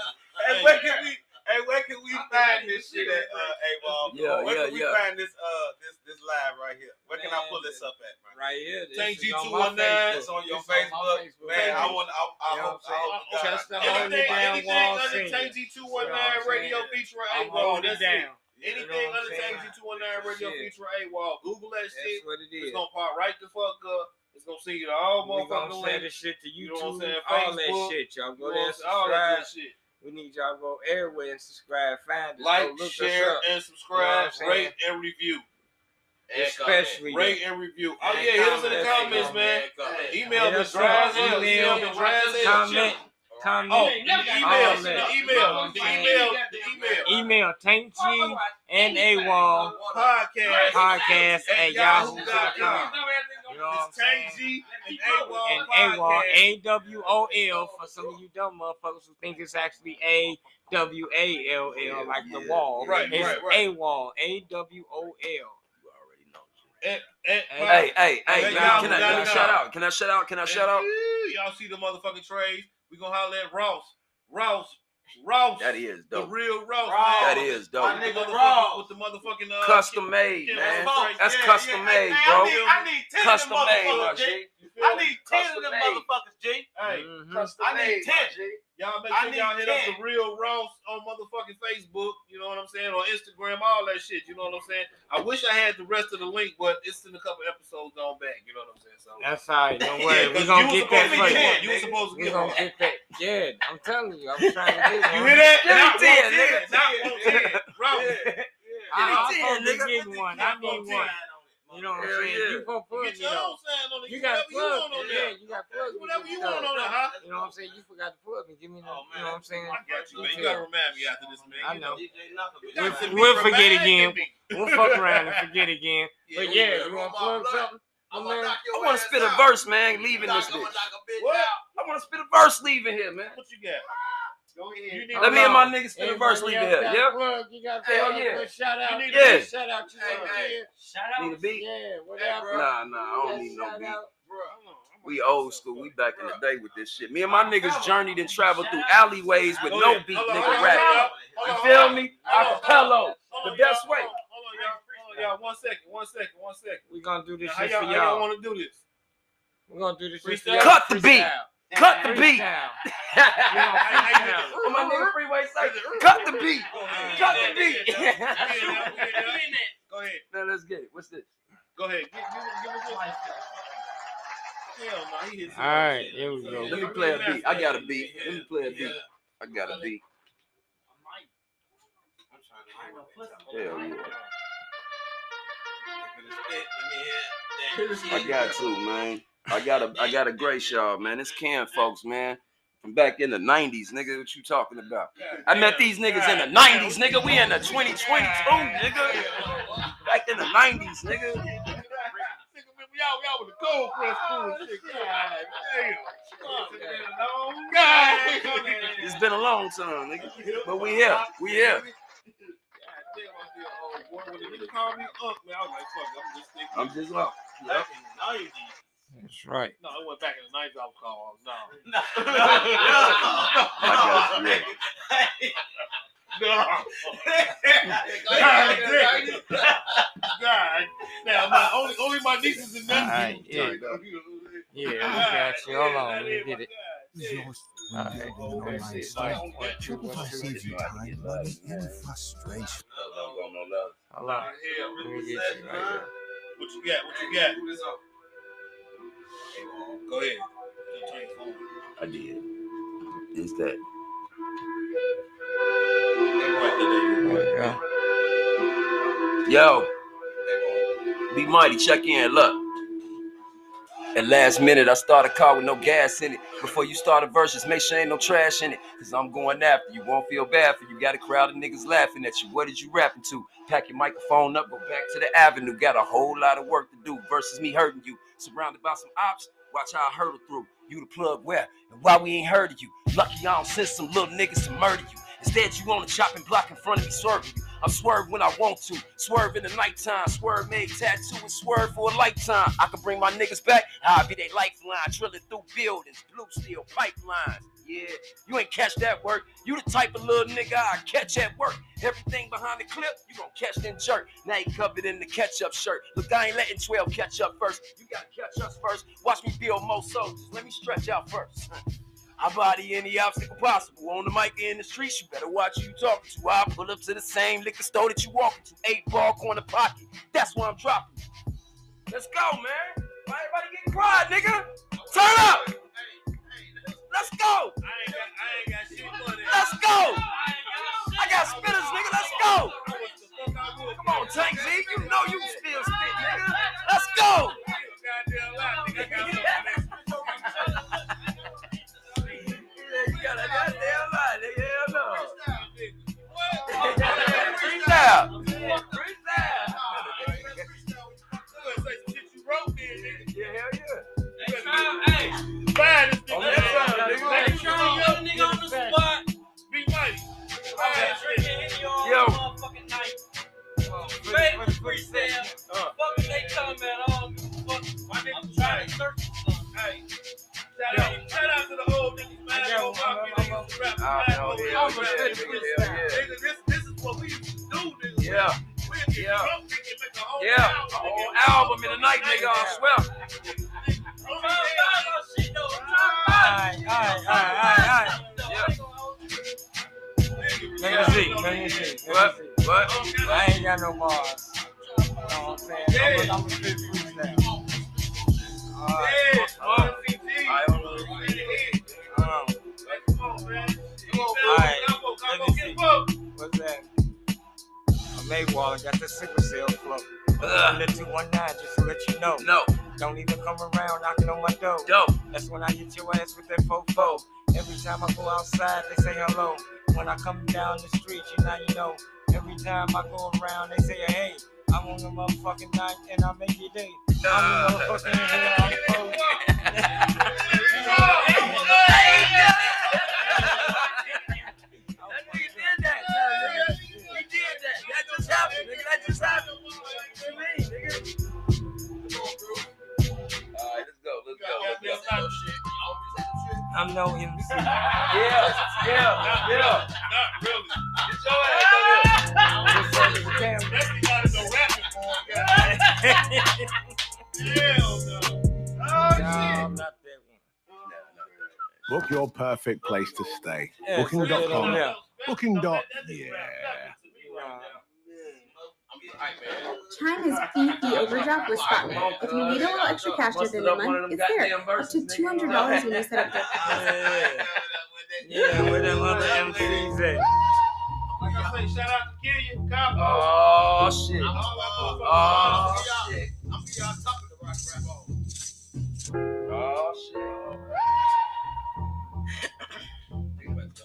Speaker 7: Hey, where can we? Hey, where can we find this shit at? Uh, hey, Wall.
Speaker 1: Yeah,
Speaker 7: Where
Speaker 1: yeah,
Speaker 7: can we
Speaker 1: yeah.
Speaker 7: find this? Uh, this this live right here. Where can I pull this up at, man?
Speaker 4: Right here. This
Speaker 3: Thank you,
Speaker 4: is on my
Speaker 3: 219.
Speaker 4: Facebook.
Speaker 7: It's on your
Speaker 4: It's on my
Speaker 7: Facebook, man. I
Speaker 4: Facebook.
Speaker 7: want. I, I
Speaker 4: You know what I'm
Speaker 7: hope. I hope.
Speaker 4: saying?
Speaker 7: God,
Speaker 4: Just the
Speaker 7: I-
Speaker 4: whole
Speaker 3: Anything,
Speaker 4: down
Speaker 3: anything
Speaker 4: wall
Speaker 3: under
Speaker 4: senior.
Speaker 3: Tangy
Speaker 4: You know what
Speaker 3: 219
Speaker 4: I'm
Speaker 3: radio
Speaker 4: saying?
Speaker 3: feature
Speaker 4: I'm
Speaker 3: A Wall.
Speaker 4: holding
Speaker 3: That's
Speaker 4: it
Speaker 3: it.
Speaker 4: down.
Speaker 3: Anything
Speaker 4: You know what I'm
Speaker 3: under
Speaker 4: saying?
Speaker 3: Tangy 219 radio
Speaker 4: Shit.
Speaker 3: feature A Wall. Google that shit.
Speaker 4: That's what it is.
Speaker 3: It's gonna pop right the fuck up. It's gonna send you to all
Speaker 4: We're gonna
Speaker 3: motherfucking
Speaker 4: send
Speaker 3: links.
Speaker 4: this shit to
Speaker 3: You know
Speaker 4: YouTube,
Speaker 3: what I'm saying?
Speaker 4: all that
Speaker 3: Facebook,
Speaker 4: shit.
Speaker 3: You know
Speaker 4: Y'all go
Speaker 3: what I'm
Speaker 4: there,
Speaker 3: saying? All that
Speaker 4: subscribe.
Speaker 3: good shit.
Speaker 4: We need y'all to go everywhere and subscribe. Find us.
Speaker 3: Like,
Speaker 4: go look us
Speaker 3: share,
Speaker 4: up.
Speaker 3: and
Speaker 4: what
Speaker 3: subscribe.
Speaker 4: I'm saying?
Speaker 3: rate and review.
Speaker 9: And
Speaker 4: Especially
Speaker 3: Rate and review. Oh
Speaker 4: And
Speaker 3: yeah, hit us in the
Speaker 4: comment.
Speaker 3: comments, man.
Speaker 9: comment.
Speaker 3: Email
Speaker 4: Hit
Speaker 3: the
Speaker 4: us up.
Speaker 3: drive up.
Speaker 4: Email,
Speaker 3: Email the drive
Speaker 4: comment, comment,
Speaker 3: Oh,
Speaker 4: comment,
Speaker 3: the email, the email, the email, the email.
Speaker 4: email, Tank G and AWOL
Speaker 3: Podcast.
Speaker 4: podcast at
Speaker 3: At
Speaker 4: yahoo.com.
Speaker 3: yahoo.com.
Speaker 4: You know what I'm
Speaker 3: It's
Speaker 4: saying?
Speaker 3: KG and
Speaker 4: And
Speaker 3: AWOL
Speaker 4: AWOL,
Speaker 3: podcast.
Speaker 4: A W O L, for some of you dumb motherfuckers who think it's actually A W A L L, like the wall.
Speaker 3: Right,
Speaker 4: It's
Speaker 3: right, right.
Speaker 4: AWOL, A W O L.
Speaker 3: At
Speaker 1: Hey, hey, hey,
Speaker 3: Hey,
Speaker 1: can I,
Speaker 3: y'all,
Speaker 1: can I, can I
Speaker 3: y'all.
Speaker 1: shout out? Can I shout out? Can I shout out?
Speaker 3: Y'all see the motherfucking trades. We gonna holler at Ross. Ross. Ross.
Speaker 1: That is
Speaker 3: The
Speaker 1: dope.
Speaker 3: real Ross.
Speaker 7: Ross.
Speaker 1: That is
Speaker 3: My
Speaker 1: dope.
Speaker 7: nigga
Speaker 3: nigga
Speaker 7: Ross.
Speaker 3: Ross. With the motherfucking uh,
Speaker 1: Custom made,
Speaker 3: yeah,
Speaker 1: man.
Speaker 3: that's right.
Speaker 1: That's
Speaker 3: Yeah,
Speaker 1: custom
Speaker 3: yeah.
Speaker 1: made,
Speaker 7: Hey,
Speaker 1: bro.
Speaker 7: I need, I need ten
Speaker 1: Custom
Speaker 7: of them
Speaker 1: made, my
Speaker 7: motherfuckers, G.
Speaker 1: G.
Speaker 3: You feel
Speaker 7: I
Speaker 3: me?
Speaker 7: need ten of
Speaker 1: Custom
Speaker 7: them
Speaker 1: made.
Speaker 7: motherfuckers, G.
Speaker 3: Hey,
Speaker 4: Mhm.
Speaker 7: I need ten.
Speaker 3: y'all make
Speaker 7: I
Speaker 3: sure
Speaker 7: need
Speaker 3: y'all hit up
Speaker 7: 10.
Speaker 3: the real Ross on motherfucking Facebook. You know what I'm saying? Or Instagram, all that shit. You know what I'm saying? I wish I had the rest of the link, but it's in a couple episodes on back. You know what I'm saying? So
Speaker 4: That's all right. Don't
Speaker 3: Yeah,
Speaker 4: worry.
Speaker 3: 'cause
Speaker 4: We're going to
Speaker 3: you
Speaker 4: get
Speaker 3: was
Speaker 4: that
Speaker 3: supposed to
Speaker 4: right.
Speaker 3: one. You was supposed to
Speaker 4: We're
Speaker 3: get
Speaker 4: gonna
Speaker 3: one.
Speaker 4: get that. Yeah, I'm telling you. I'm trying to get
Speaker 3: You
Speaker 4: one.
Speaker 3: hear that?
Speaker 1: Give me
Speaker 3: Not
Speaker 1: ten,
Speaker 3: one ten,
Speaker 1: nigga.
Speaker 3: Not one ten. Ross.
Speaker 4: I,
Speaker 1: Yeah,
Speaker 4: I'm supposed
Speaker 1: nigga.
Speaker 4: to get one. I need one. You know what I'm
Speaker 1: Hell
Speaker 4: saying?
Speaker 1: yeah.
Speaker 4: You gonna plug
Speaker 3: Get
Speaker 4: me
Speaker 3: your own
Speaker 4: though.
Speaker 3: sign on it.
Speaker 4: You
Speaker 3: You
Speaker 4: got
Speaker 3: whatever
Speaker 4: to
Speaker 3: you want
Speaker 4: plug
Speaker 3: on
Speaker 4: me.
Speaker 3: there.
Speaker 4: Yeah, you got to plug me.
Speaker 3: Whatever you
Speaker 4: though.
Speaker 3: want on there,
Speaker 1: Oh,
Speaker 3: huh?
Speaker 4: You know what I'm saying? You forgot to plug me. Give me the.
Speaker 7: Oh, man.
Speaker 4: you know what I'm saying?
Speaker 3: I got you, man. You
Speaker 4: Yeah.
Speaker 3: gotta remind me after this, man.
Speaker 4: I
Speaker 3: You
Speaker 4: know.
Speaker 3: You got to
Speaker 4: We'll
Speaker 3: be
Speaker 4: forget
Speaker 3: reminding
Speaker 4: again.
Speaker 3: me.
Speaker 4: We'll fuck around and forget again. But yeah,
Speaker 9: we
Speaker 4: you wanna
Speaker 9: got Rob
Speaker 4: plug something?
Speaker 1: Oh, I want to spit a verse, man, leaving this bitch. I want to spit a verse leaving here, man.
Speaker 3: What you got? Go ahead.
Speaker 1: Let me and my niggas spit a verse leaving here. Yeah.
Speaker 4: You got
Speaker 1: Hell
Speaker 4: to
Speaker 1: Oh, yeah.
Speaker 4: put shout out.
Speaker 1: You need
Speaker 4: to
Speaker 1: a
Speaker 4: put
Speaker 1: beat.
Speaker 4: Shout out to
Speaker 9: Hey,
Speaker 4: your
Speaker 9: hey.
Speaker 4: kids.
Speaker 7: Shout out.
Speaker 1: Need a beat?
Speaker 4: Yeah,
Speaker 9: Hey,
Speaker 4: whatever.
Speaker 9: bro.
Speaker 1: Nah, nah, I don't need no
Speaker 4: Shout
Speaker 1: beat.
Speaker 4: out.
Speaker 1: We old school. We back in the day with this shit. Me and my niggas journeyed and traveled through alleyways with
Speaker 3: Go
Speaker 1: no
Speaker 3: ahead.
Speaker 1: beat,
Speaker 3: Hold on,
Speaker 1: nigga
Speaker 3: hold
Speaker 1: rap.
Speaker 3: on, hold
Speaker 1: You
Speaker 3: on, hold
Speaker 1: feel
Speaker 3: on.
Speaker 1: me?
Speaker 3: Hold on, hold
Speaker 1: Acapello.
Speaker 3: on, hold on,
Speaker 1: The best
Speaker 3: y'all,
Speaker 1: way.
Speaker 3: Hold on, y'all. Hold on, y'all. One second. One second. One second.
Speaker 4: We gonna do this
Speaker 3: Now, How
Speaker 4: shit for
Speaker 3: y'all, how y'all
Speaker 4: y'all.
Speaker 3: want to do this?
Speaker 4: We're gonna do this shit for
Speaker 3: Freestyle?
Speaker 4: y'all.
Speaker 1: Cut the beat. Cut the beat.
Speaker 4: Freestyle.
Speaker 1: What my nigga Freeway say? Cut the beat.
Speaker 3: Go ahead.
Speaker 1: Cut the beat.
Speaker 3: Go ahead.
Speaker 1: Now let's get it. What's this?
Speaker 3: Go ahead. Give, give, give us this. Hell no, he hit some
Speaker 4: All right,
Speaker 3: shit.
Speaker 4: here we go.
Speaker 1: Let me play a beat. I got a beat. Let me play a beat. I got a beat. Hell yeah. I got to, man. I got to I got to grace y'all, man. It's Cam folks, man. From back in the 90s, nigga. What you talking about? I met these niggas in the 90s, nigga. We in the 2022, nigga. Back in the 90s, nigga.
Speaker 3: Y'all, y'all with the cold press cool and Oh, shit. God damn. It's been a long
Speaker 1: God. It's
Speaker 3: time coming.
Speaker 1: been a long time, nigga. But we here. We here.
Speaker 3: God damn, I feel old, boy. When the nigga called me up, man, I was like, fuck, it, I'm just thinking.
Speaker 1: I'm just like,
Speaker 3: back in the 90s.
Speaker 4: That's right.
Speaker 3: No, it went back in the 90s. I was called. No.
Speaker 1: I got you.
Speaker 3: No. God. Now, my, only, only my nieces and
Speaker 4: All right,
Speaker 3: nephews.
Speaker 4: yeah. Yeah, we got you. Hold on, let me get it. All right. Hold on. Let me get you right
Speaker 3: What you got? What you got? Go ahead. Don't turn your phone.
Speaker 1: I did. It's that.
Speaker 4: here. There we go.
Speaker 1: Yo, be mighty, check in, look. At last minute, I start a car with no gas in it. Before you start a verse, just make sure ain't no trash in it. Cause I'm going after you, won't feel bad for you. Got a crowd of niggas laughing at you. What did you rapping to? Pack your microphone up, go back to the avenue. Got a whole lot of work to do versus me hurting you. Surrounded by some ops, watch how I hurdle through. You the plug where and why we ain't heard of you. Lucky I don't send some little niggas to murder you. Instead, you on the chopping block in front of me serving you. I swerve when I want to, swerve in the nighttime, swerve made tattoo and swerve for a lifetime. I can bring my niggas back, I'll be their lifeline, drilling through buildings, blue steel pipelines. Yeah, you ain't catch that work. You the type of little nigga I catch at work. Everything behind the clip, you gon' catch then jerk. Now you covered in the ketchup shirt. Look, I ain't letting 12 catch up first. You gotta catch us first. Watch me build more soldiers. Let me stretch out first. I body any obstacle possible. On the mic in the streets, you better watch who you talking to. I pull up to the same liquor store that you walking to. Eight ball corner pocket. That's where I'm dropping. you. Let's go, man. Why everybody getting quiet, nigga? Turn up. Let's go.
Speaker 3: I ain't got, I ain't got shit for that.
Speaker 1: Let's go. I got spitters, nigga. Let's go. Come on, Tank Z. You know you can still spit, nigga. Let's go.
Speaker 3: Goddamn lie, nigga, I got something for that.
Speaker 1: You got a goddamn lie, nigga. Hell no.
Speaker 3: Freestyle. You better say some shit you wrote then, nigga.
Speaker 1: Yeah, hell yeah.
Speaker 3: You better Fire this nigga.
Speaker 1: Next time, nigga.
Speaker 3: Next time, yo. Be mighty. Fire this nigga.
Speaker 1: Uh.
Speaker 3: Hey, shout out- shout out to the old niggas, man.
Speaker 4: Yeah,
Speaker 3: Go rock it, niggas, rap,
Speaker 1: Oh,
Speaker 3: rap,
Speaker 1: hell
Speaker 3: go
Speaker 1: yeah, yeah,
Speaker 3: rock it, rap.
Speaker 1: nigga, hell yeah.
Speaker 3: Nigga, this- this is what we used to do, nigga.
Speaker 1: Yeah,
Speaker 3: We'd get
Speaker 1: Yeah.
Speaker 3: drunk, nigga, and make a whole
Speaker 1: yeah.
Speaker 3: album,
Speaker 1: A whole
Speaker 3: nigga.
Speaker 1: album in the night, nigga. I swear.
Speaker 3: Drunk,
Speaker 4: All right, all right, all right, all right.
Speaker 3: nigga.
Speaker 4: Let me see. Let me see. Let me see.
Speaker 1: What?
Speaker 4: I ain't got no bars. You know what I'm saying? I'm gonna spit freestyle. All right.
Speaker 3: Yeah.
Speaker 1: Oh.
Speaker 3: RCT.
Speaker 1: I don't know.
Speaker 3: In the head.
Speaker 4: Um,
Speaker 3: Like, come on, man. Come on,
Speaker 4: All
Speaker 3: man.
Speaker 4: right.
Speaker 3: Come on, come
Speaker 4: Let me
Speaker 3: on,
Speaker 4: see.
Speaker 3: get up.
Speaker 4: what's that? I made wall. I got the sickle cell flow.
Speaker 1: Ugh.
Speaker 4: I'm the 219 just to let you know.
Speaker 1: No,
Speaker 4: Don't even come around knocking on my door.
Speaker 1: dope.
Speaker 4: That's when I hit your ass with that fofo. Every time I go outside, they say hello. When I come down the street, you now you know. Every time I go around, they say hey. I'm on the motherfucking 9 10, I make your day. I'm the motherfucking here, I'm cold. I'm no MC.
Speaker 1: Yeah, yeah, yeah.
Speaker 10: Book your perfect place to stay.
Speaker 4: Yeah, so
Speaker 10: Booking.com.
Speaker 4: yeah, yeah.
Speaker 10: Booking dot. Yeah.
Speaker 11: China's EP overdraft was spotlight. If you need a little extra cash at the end of the month, it's there. Up to two hundred dollars when you set up.
Speaker 4: Yeah, yeah, where them other MCs at?
Speaker 3: Like I say, shout out to Killian Cowboy.
Speaker 1: Oh shit.
Speaker 3: Oh
Speaker 1: shit.
Speaker 3: I'm be on top of the rock rap all.
Speaker 1: Oh shit. oh.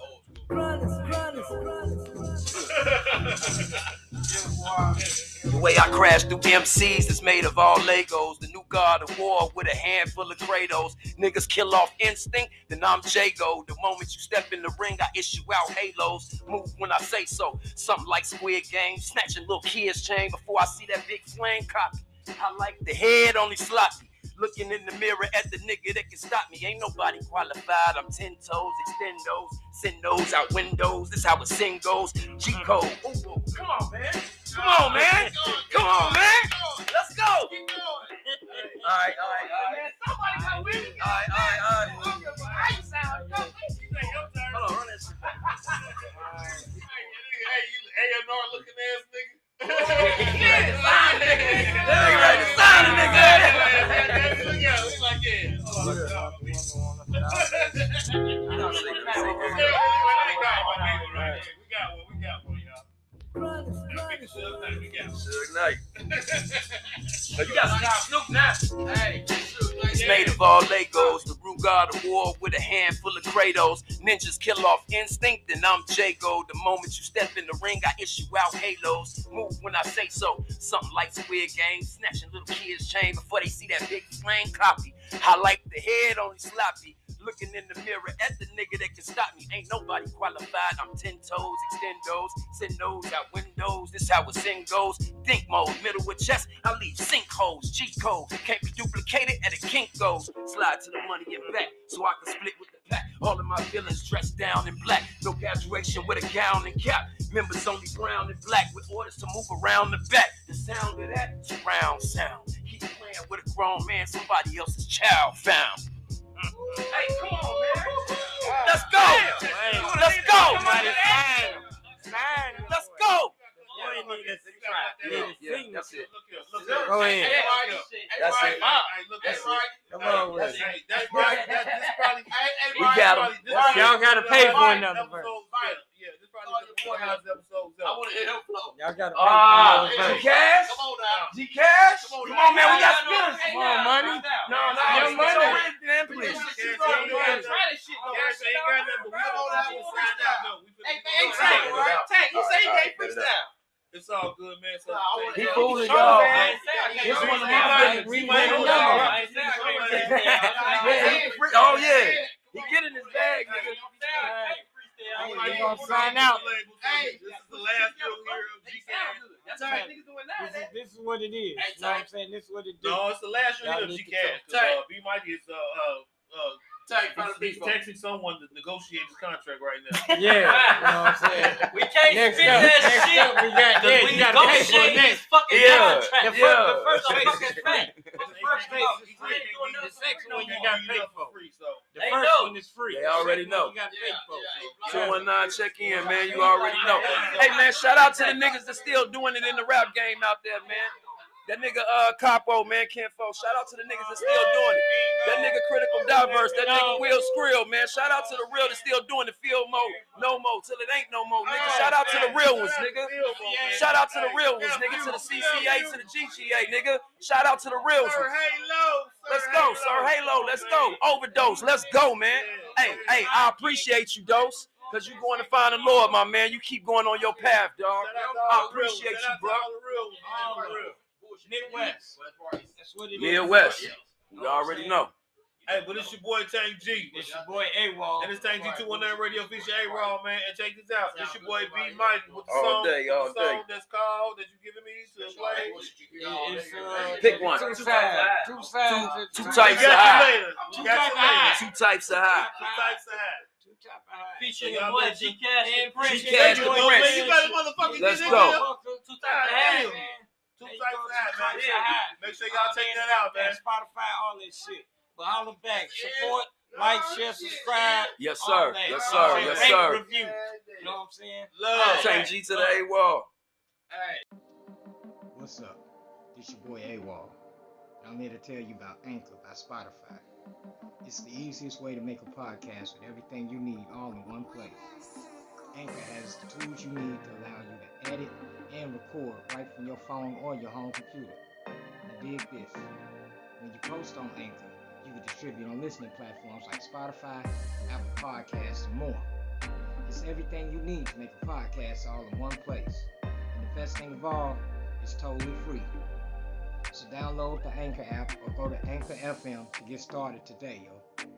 Speaker 1: The way I crash through MCs is made of all Legos. The new god of war with a handful of Kratos. Niggas kill off instinct, then I'm Jago. The moment you step in the ring, I issue out halos. Move when I say so. Something like Squid Game, snatching little kids' chain before I see that big flame copy. I like the head only sloppy. Looking in the mirror at the nigga that can stop me. Ain't nobody qualified. I'm ten toes, extend those, send those out windows. This how a sin goes. G code. Ooh, ooh, come on, man. Come on, man. Come on, man. Let's go. All right, all right, all right. Somebody got with me. All right, all right, all right. Hold on, run that shit back.
Speaker 3: Hey, you A&R looking ass nigga. Yeah, sign a nigga.
Speaker 1: They ready to sign a nigga.
Speaker 3: Oh,
Speaker 1: Suge Knight. But you got Snoop now. Hey, it's made of all Legos, the root god of war with a handful of Kratos. Ninjas kill off instinct, and I'm Jago. The moment you step in the ring, I issue out halos. Move when I say so. Something like Squid Game, snatching little kids' chain before they see that big flame copy. I like the head only sloppy. Looking in the mirror at the nigga that can stop me. Ain't nobody qualified. I'm ten toes, extend those, send those out windows. This how a sin goes. Think mode, middle with chest. I leave sinkholes, G code. Can't be duplicated at a Kinko's. Slide to the money and back so I can split with the pack. All of my villains dressed down in black. No graduation with a gown and cap. Members only brown and black with orders to move around the back. The sound of that surround sound. Keep playing with a grown man, somebody else's child found. Hey, come on, man. Let's go. Let's go. Let's go. Yeah, that's it.
Speaker 4: Go ahead.
Speaker 1: That's it.
Speaker 4: Come on with it.
Speaker 1: We got him.
Speaker 4: Y'all gotta pay for another verse. Y'all gotta pay
Speaker 1: Ah,
Speaker 4: for another
Speaker 1: G
Speaker 4: verse.
Speaker 1: Cash? G Cash? Come on, man. We got spinners.
Speaker 4: Come on, money.
Speaker 1: No, no,
Speaker 4: Your
Speaker 1: it's
Speaker 4: money.
Speaker 1: already there, please.
Speaker 3: It's all good, man. So
Speaker 1: He fooling y'all, man.
Speaker 3: This one of
Speaker 1: my
Speaker 3: favorites.
Speaker 1: favorites. Yeah, he- oh, yeah. He get in his bag, nigga.
Speaker 4: We gonna sign out. This is, this is what it is. You know what I'm saying? This is what it do.
Speaker 3: No, it's the last
Speaker 4: Y'all
Speaker 3: year of
Speaker 4: need
Speaker 3: G
Speaker 4: to
Speaker 3: Cash.
Speaker 4: talk.
Speaker 3: Uh, B Mike is uh uh uh he's, he's texting someone to negotiate his contract right now.
Speaker 4: Yeah, you know what I'm saying?
Speaker 7: We can't
Speaker 4: Next
Speaker 7: spin
Speaker 4: up,
Speaker 7: that
Speaker 4: next
Speaker 7: shit.
Speaker 4: up, we got
Speaker 7: Cause
Speaker 4: this.
Speaker 7: we
Speaker 4: You gotta pay for
Speaker 7: negotiating
Speaker 4: this.
Speaker 7: this fucking
Speaker 1: Yeah,
Speaker 7: contract.
Speaker 4: The
Speaker 1: yeah.
Speaker 4: first, the first
Speaker 7: Fucking thing.
Speaker 4: first thing is
Speaker 3: He
Speaker 4: free.
Speaker 3: can't do
Speaker 4: The
Speaker 3: nothing for
Speaker 4: second
Speaker 3: free no
Speaker 4: one you
Speaker 3: more.
Speaker 4: got
Speaker 3: He
Speaker 4: paid
Speaker 3: nothing
Speaker 4: for.
Speaker 3: free, so.
Speaker 4: The
Speaker 7: They
Speaker 4: first
Speaker 7: know.
Speaker 4: one is free.
Speaker 1: They
Speaker 4: The
Speaker 1: already
Speaker 4: second one
Speaker 1: know.
Speaker 4: You got paid for. So, yeah.
Speaker 1: 219 check in, man. You already know. Hey, man, shout out to the niggas that's still doing it in the rap game out there, man. That nigga, uh, Capo, man, Kenfo. Shout out to the niggas that's still doing it. That nigga Critical Diverse, that nigga Will Skrill, man. Shout out to the real that's still doing the field mode, no more, till it ain't no more, nigga. Shout out to the real ones, nigga. Shout out to the real ones, nigga. To the CCA, to the GGA, nigga. Shout out to the real ones.
Speaker 3: Sir Halo.
Speaker 1: Let's go, Sir Halo. Let's go. Overdose. Let's go, man. Hey, hey, I appreciate you, Dose. Cause you going to find the Lord, my man. You keep going on your path, dog. I appreciate you, bro.
Speaker 4: Midwest. That's what it is.
Speaker 1: Midwest. We already know.
Speaker 3: Hey, but it's your boy Tank G.
Speaker 4: It's your boy A-Wall.
Speaker 3: And it's Tank G219 Radio Feature A-Roll, man. And check this out. It's your boy B. Mike with the
Speaker 1: All
Speaker 3: song,
Speaker 1: day, all
Speaker 3: the
Speaker 1: day.
Speaker 3: song that's called that you giving me to play.
Speaker 1: uh,
Speaker 4: uh,
Speaker 1: Pick one.
Speaker 3: Two
Speaker 1: Two
Speaker 3: sides.
Speaker 1: Two types of
Speaker 3: Got you
Speaker 1: high.
Speaker 3: later. Got you later.
Speaker 1: Two types of high.
Speaker 3: Two types of high.
Speaker 4: Featuring
Speaker 3: Y'all
Speaker 4: your boy
Speaker 3: listen.
Speaker 4: G Cash and Prince.
Speaker 1: G Cash and
Speaker 4: Boy,
Speaker 1: Prince.
Speaker 4: You got a motherfucking
Speaker 1: Let's
Speaker 4: nigga.
Speaker 1: go.
Speaker 4: Two types of hats, man.
Speaker 3: Two
Speaker 4: There you
Speaker 3: types
Speaker 4: go,
Speaker 3: of hats,
Speaker 4: two
Speaker 3: man.
Speaker 4: types of
Speaker 3: Yeah.
Speaker 4: hats.
Speaker 3: Make sure y'all
Speaker 4: All
Speaker 3: check
Speaker 4: that
Speaker 3: that out, man.
Speaker 4: Spotify, all that shit. But holla back, support, like, share, subscribe.
Speaker 1: Yes,
Speaker 4: all
Speaker 1: sir. Yes,
Speaker 4: that. You know
Speaker 1: sir.
Speaker 4: what I'm
Speaker 1: Yes,
Speaker 4: saying? Rate,
Speaker 1: sir.
Speaker 4: Review. You know what I'm saying?
Speaker 1: Tank G to the A-Wall.
Speaker 12: What's up? This your boy AWOL. I'm here to tell you about Anchor by Spotify. It's the easiest way to make a podcast with everything you need all in one place. Anchor has the tools you need to allow you to edit and record right from your phone or your home computer. Now dig this. When you post on Anchor, you can distribute on listening platforms like Spotify, Apple Podcasts, and more. It's everything you need to make a podcast all in one place. And the best thing of all, it's totally free. So download the Anchor app or go to Anchor FM to get started today, yo.